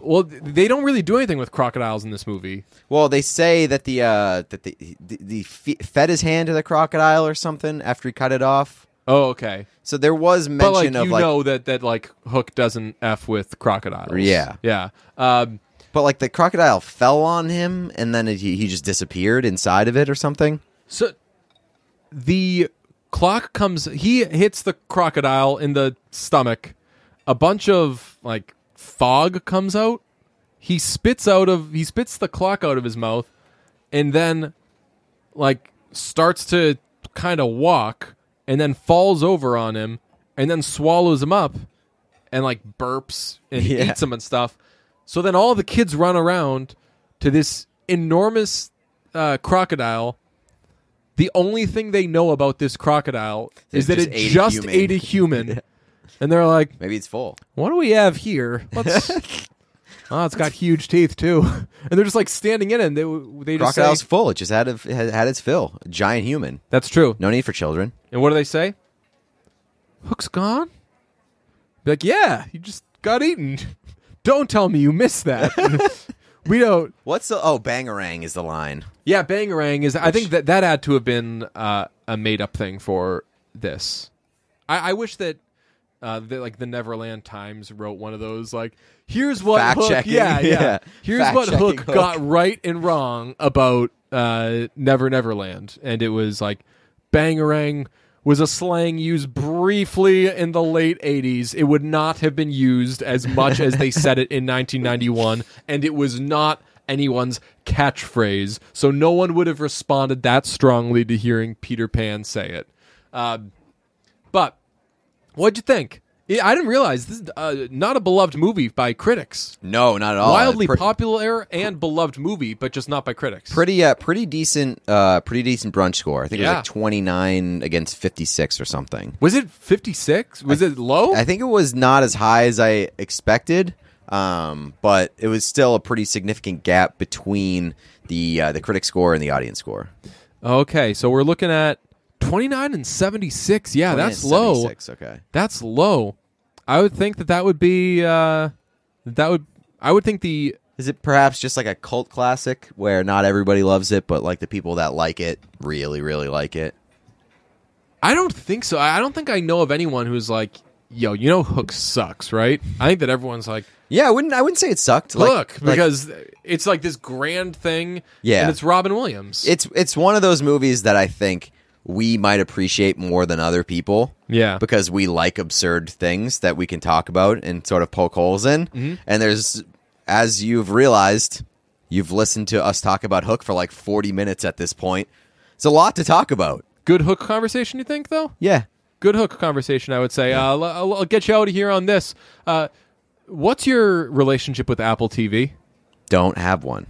S1: Well, they don't really do anything with crocodiles in this movie.
S2: Well, they say that the uh, that the, the, the fe- fed his hand to the crocodile or something after he cut it off.
S1: Oh, okay.
S2: So there was mention
S1: But like
S2: of
S1: you
S2: like,
S1: know that that like Hook doesn't f with crocodiles.
S2: Yeah.
S1: yeah. Um,
S2: but like the crocodile fell on him and then it, he he just disappeared inside of it or something.
S1: So the clock comes he hits the crocodile in the stomach. A bunch of like fog comes out. He spits out of he spits the clock out of his mouth and then like starts to kind of walk and then falls over on him and then swallows him up and like burps and
S2: Yeah.
S1: eats him and stuff. So then all the kids run around to this enormous uh, crocodile. The only thing they know about this crocodile is
S2: It
S1: that it
S2: just ate a
S1: just
S2: human.
S1: ate a human. And they're like,
S2: Maybe it's full.
S1: what do we have here? Let's. oh, it's got huge teeth too, and they're just like standing in it. And they they just say,
S2: Crocodile's full. It just had of had had its fill. A giant human.
S1: that's true.
S2: No need for children.
S1: And what do they say? Hook's gone. Be like, yeah, you just got eaten. Don't tell me you missed that. we don't.
S2: What's the oh bangarang is the line.
S1: Yeah, bangarang is. I think that that had to have been uh, a made up thing for this. I, I wish that. Uh, the, like the Neverland Times wrote one of those like here's what
S2: Fact
S1: Hook,
S2: checking,
S1: yeah, yeah
S2: yeah.
S1: here's
S2: Fact
S1: what
S2: checking
S1: Hook,
S2: Hook.
S1: got right and wrong about uh, Never Neverland and it was like bangarang was a slang used briefly in the late 80s it would not have been used as much as they said it in 1991 and it was not anyone's catchphrase so no one would have responded that strongly to hearing Peter Pan say it but what'd you think? Yeah, I didn't realize this is uh, not a beloved movie by critics.
S2: No, not at all.
S1: Wildly
S2: Pre-
S1: popular and beloved movie, but just not by critics.
S2: Pretty uh pretty decent uh pretty decent brunch score. I think it was
S1: Yeah.
S2: like twenty nine against fifty six or something.
S1: was it 56? Was it low?
S2: I think it was not as high as I expected, um, but it was still a pretty significant gap between the uh, the critic score and the audience score.
S1: okay, so we're looking at 29 and 76. Yeah, that's
S2: 20 and
S1: low.
S2: 76, Okay.
S1: That's low. I would think that that would be uh, that would I would think the
S2: Is it perhaps just like a cult classic where not everybody loves it, but like the people that like it really, really like it?
S1: I don't think so. I I don't think I know of anyone who's like, yo, you know, Hook sucks, right? I think that everyone's like,
S2: Yeah, I wouldn't. I wouldn't say it sucked. Like-
S1: Look,
S2: like,
S1: because it's like this grand thing.
S2: Yeah.
S1: and it's Robin Williams.
S2: it's it's one of those movies that I think we might appreciate more than other people.
S1: yeah,
S2: because we like absurd things that we can talk about and sort of poke holes in.
S1: Mm-hmm.
S2: And there's, as you've realized, you've listened to us talk about Hook for like 40 minutes at this point. It's a lot to talk about.
S1: good hook conversation. You think though?
S2: Yeah.
S1: Good hook conversation. I would say. Uh, I'll, I'll- I'll get you out of here on this. Uh, what's your relationship with Apple TV?
S2: Don't have one.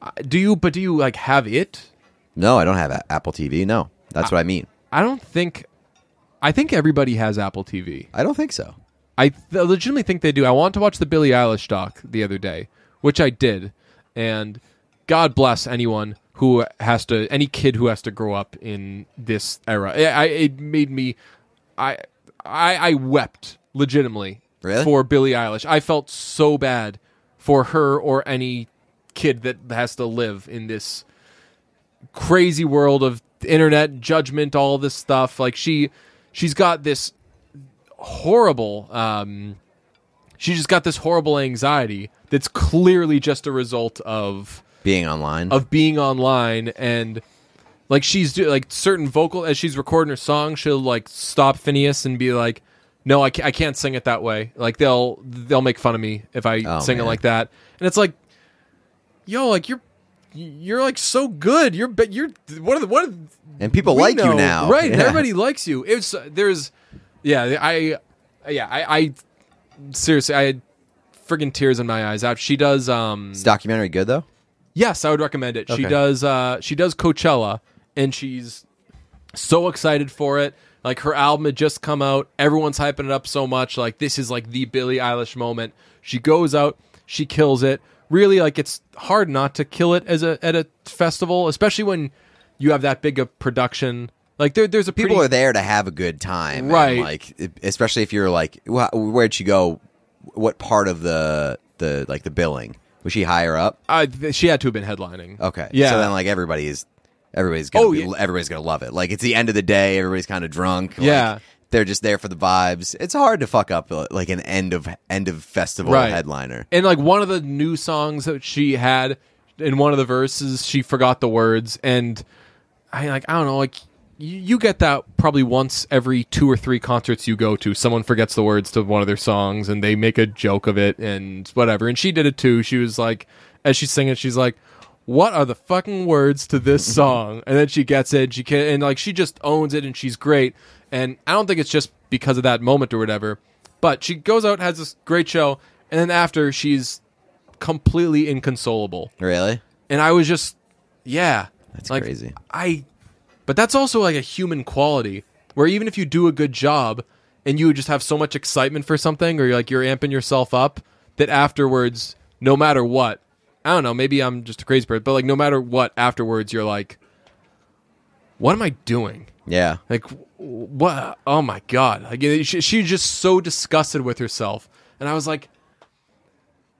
S1: Uh, Do you? But do you like have it?
S2: No, I don't have a- Apple TV. No, that's what I mean.
S1: I don't think. I think everybody has Apple TV.
S2: I don't think so.
S1: I th- legitimately think they do. I want to watch the Billie Eilish doc the other day, which I did, and God bless anyone who has to, any kid who has to grow up in this era. I, I, it made me, I, I, I wept legitimately
S2: Really?
S1: for Billie Eilish. I felt so bad for her or any kid that has to live in this crazy world of internet judgment, all this stuff. Like she, she's got this horrible. Um, she just got this horrible anxiety that's clearly just a result of
S2: Being online.
S1: of being online and like she's do, like certain vocal as she's recording her song, she'll like stop Phineas and be like, "No, I, ca- I can't sing it that way." Like they'll they'll make fun of me if I
S2: Oh,
S1: sing
S2: man.
S1: it like that, and it's like, yo, like you're you're like so good. You're but you're one of the one of the,
S2: and people
S1: we
S2: like
S1: know-
S2: you now.
S1: right?
S2: Yeah.
S1: Everybody likes you. It's there's, yeah, I, yeah, I, I seriously, I had friggin' tears in my eyes. After she does, um,
S2: Is the documentary good, though?
S1: yes, I would recommend it. She
S2: Okay.
S1: does, uh, she does Coachella, and she's so excited for it. Like her album had just come out, everyone's hyping it up so much. Like this is like the Billie Eilish moment. She goes out, she kills it. Really, like it's hard not to kill it as a at a festival, especially when you have that big a production Like there, there's a
S2: People
S1: pretty-
S2: are there to have a good time, and,
S1: Right.
S2: like e, especially if you're like, wh- where'd she go? What part of the the like the billing was she higher up?
S1: I, th- she had to have been headlining.
S2: Okay,
S1: Yeah.
S2: So then like everybody's everybody's gonna
S1: Oh,
S2: be,
S1: yeah.
S2: everybody's gonna love it. Like it's the end of the day, everybody's kind of drunk. like,
S1: Yeah.
S2: they're just there for the vibes. It's hard to fuck up uh, like an end of end of festival
S1: Right.
S2: headliner.
S1: and like one of the new songs that she had in one of the verses, she forgot the words, and I like I don't know, like you, you get that probably once every two or three concerts you go to, someone forgets the words to one of their songs, and they make a joke of it and whatever. And she did it too. She was like, as she's singing, she's like. What are the fucking words to this song? And then she gets it. She can and like she just owns it, and she's great. And I don't think it's just because of that moment or whatever. But she goes out, has this great show, and then after she's completely inconsolable.
S2: Really?
S1: And I was just, yeah, that's like,
S2: crazy.
S1: I, but that's also like a human quality where even if you do a good job and you just have so much excitement for something, or you're like you're amping yourself up, that afterwards, no matter what, I don't know, maybe I'm just a crazy person, but like no matter what, afterwards you're like, what am I doing?
S2: Yeah.
S1: Like, w- what? Oh my god! Like, it- she, she's just so disgusted with herself, and I was like,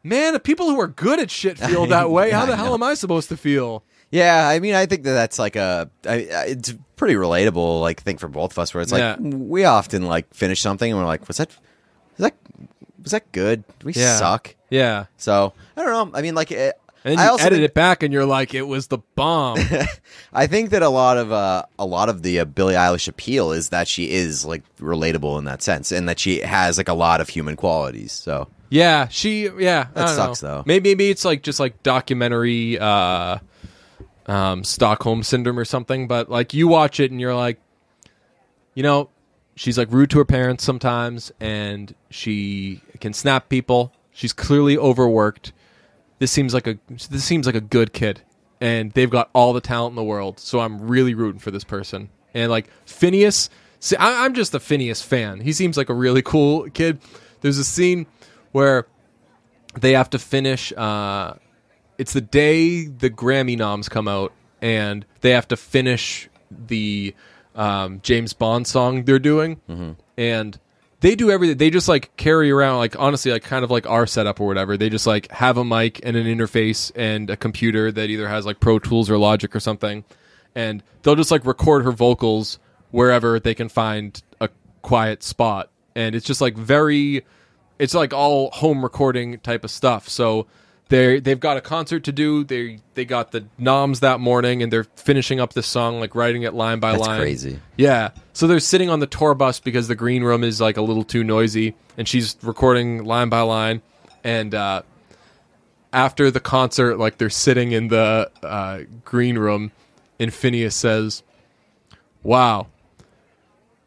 S1: man, the people who are good at shit feel that way. How
S2: I
S1: the hell
S2: know.
S1: am I supposed to feel?
S2: Yeah, I mean, I think that that's like a, I, I- it's pretty relatable, like thing for both of us, where it's like
S1: Yeah.
S2: we often like finish something and we're like, was that, was that, was that good? Did we
S1: Yeah.
S2: suck?
S1: Yeah.
S2: So I don't know. I mean, like, it,
S1: And then
S2: I
S1: you
S2: also
S1: edit
S2: think,
S1: it back, and you're like, it was the bomb.
S2: I think that a lot of uh, a lot of the uh, Billie Eilish appeal is that she is like relatable in that sense, and that she has like a lot of human qualities. So
S1: yeah. She. Yeah. I
S2: That
S1: don't
S2: sucks,
S1: know.
S2: though.
S1: Maybe maybe it's like just like documentary, uh, um, Stockholm syndrome or something. But like you watch it, and you're like, you know, she's like rude to her parents sometimes, and she can snap people. She's clearly overworked. This seems like a this seems like a good kid, and they've got all the talent in the world. So I'm really rooting for this person. And like Phineas, see, I, I'm just a Phineas fan. He seems like a really cool kid. There's a scene where they have to finish. Uh, it's the day the Grammy noms come out, and they have to finish the um, James Bond song they're doing, and they do everything. They just like carry around, like honestly, like kind of like our setup or whatever. They just like have a mic and an interface and a computer that either has like Pro Tools or Logic or something, and they'll just like record her vocals wherever they can find a quiet spot, and it's just like very it's like all home recording type of stuff. So they they've got a concert to do. They they got the noms that morning, and they're finishing up this song, like writing it line by
S2: That's
S1: line.
S2: crazy.
S1: Yeah. So they're sitting on the tour bus because the green room is like a little too noisy, and she's recording line by line. And uh, after the concert, like they're sitting in the uh, green room, and Phineas says, "Wow."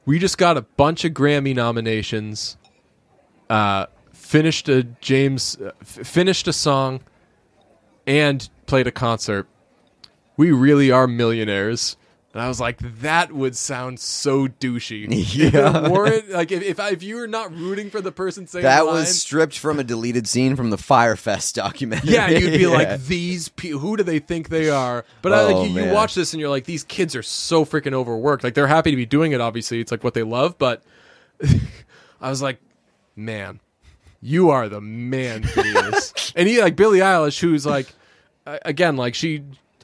S1: We just got a bunch of Grammy nominations uh, finished a James uh, f- finished a song and played a concert. We really are millionaires. And I was like, that would sound so douchey. If
S2: Yeah.
S1: it weren't, like if if, I, if you were not rooting for the person saying
S2: that
S1: the line,
S2: was stripped from a deleted scene from the Firefest documentary.
S1: yeah, you'd be
S2: Yeah.
S1: like, these pe- who do they think they are? But I,
S2: Oh,
S1: like, you, you
S2: man.
S1: watch this and you're like, these kids are so freaking overworked. Like they're happy to be doing it. Obviously, it's like what they love. But I was like, man, you are the man, Phineas. and he like Billie Eilish, who's like, a- again, like she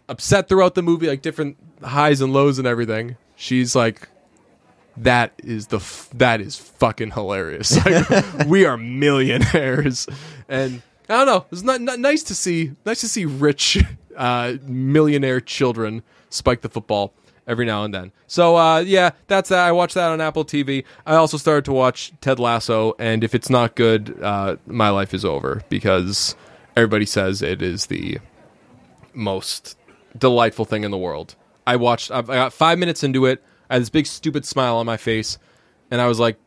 S1: upset throughout the movie, like different highs and lows and everything. She's like. That is the f- that is fucking hilarious. Like, we are millionaires, and I don't know. It's not, not nice to see nice to see rich uh, millionaire children spike the football every now and then. So uh, yeah, that's that. I watched that on Apple TV. I also started to watch Ted Lasso, and if it's not good, uh, my life is over because everybody says it is the most delightful thing in the world. I watched. I I got five minutes into it. I had this big stupid smile on my face, and I was like,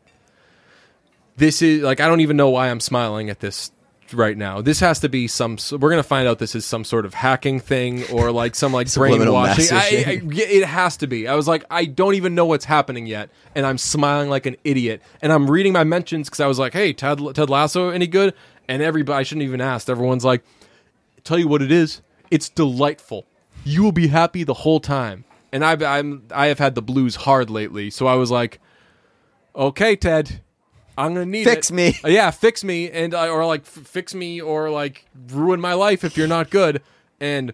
S1: "This is like I don't even know why I'm smiling at this right now. This has to be some. s- We're gonna find out this is some sort of hacking thing or like some like
S2: Subliminal
S1: brainwashing. I, I,
S2: messaging.
S1: yeah, it has to be. I was like, I don't even know what's happening yet, and I'm smiling like an idiot, and I'm reading my mentions because I was like, "Hey, Ted, Ted Lasso, any good?" And everybody, I shouldn't even ask. Everyone's like, tell you what it is. It's delightful. You will be happy the whole time. and I've I'm I have had the blues hard lately, so I was like, okay, Ted, I'm gonna need
S2: Fix
S1: it.
S2: me.
S1: Uh, Yeah, fix me, and I or like f- fix me or like ruin my life if you're not good. And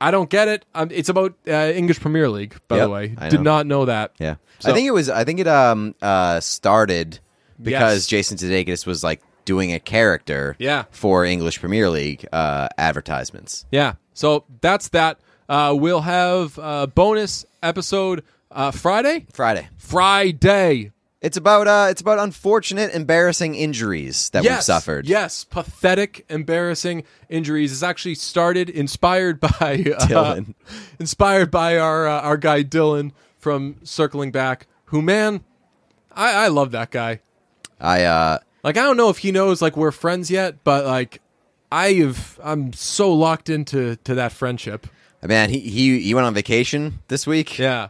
S1: I don't get it. Um, it's about uh, English Premier League, by
S2: Yep,
S1: the way.
S2: I
S1: Did
S2: know.
S1: not know that.
S2: Yeah,
S1: So-
S2: I think it was. I think it um uh started because
S1: Yes.
S2: Jason Sudeikis was like doing a character.
S1: Yeah.
S2: for English Premier League uh advertisements.
S1: Yeah. So that's that. Uh, we'll have a bonus episode uh, Friday.
S2: Friday.
S1: Friday.
S2: It's about uh it's about unfortunate, embarrassing injuries that we've
S1: Yes.
S2: suffered.
S1: Yes. Pathetic, embarrassing injuries. It's actually started inspired by uh,
S2: Dylan.
S1: Inspired by our uh, our guy Dylan from Circling Back. Who man, I, I love that guy.
S2: I uh
S1: Like I don't know if he knows like we're friends yet, but like I have I'm so locked into to that friendship.
S2: man, he he he went on vacation this week.
S1: Yeah.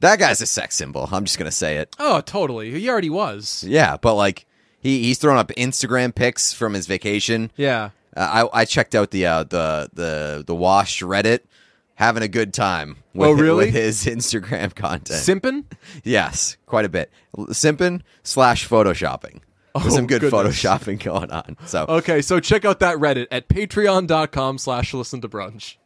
S2: That guy's a sex symbol. I'm just gonna say it.
S1: Oh, totally. He already was.
S2: Yeah, but like he he's thrown up Instagram pics from his vacation.
S1: Yeah.
S2: Uh, I I checked out the uh, the the the washed Reddit, having a good time. With,
S1: Oh, really?
S2: With his Instagram content.
S1: Simpin?
S2: yes, quite a bit. L- Simping slash photoshopping. There's some good
S1: Oh, goodness. Oh,
S2: photoshopping going on. So
S1: Okay, so check out that Reddit at patreon.com slash listen to brunch.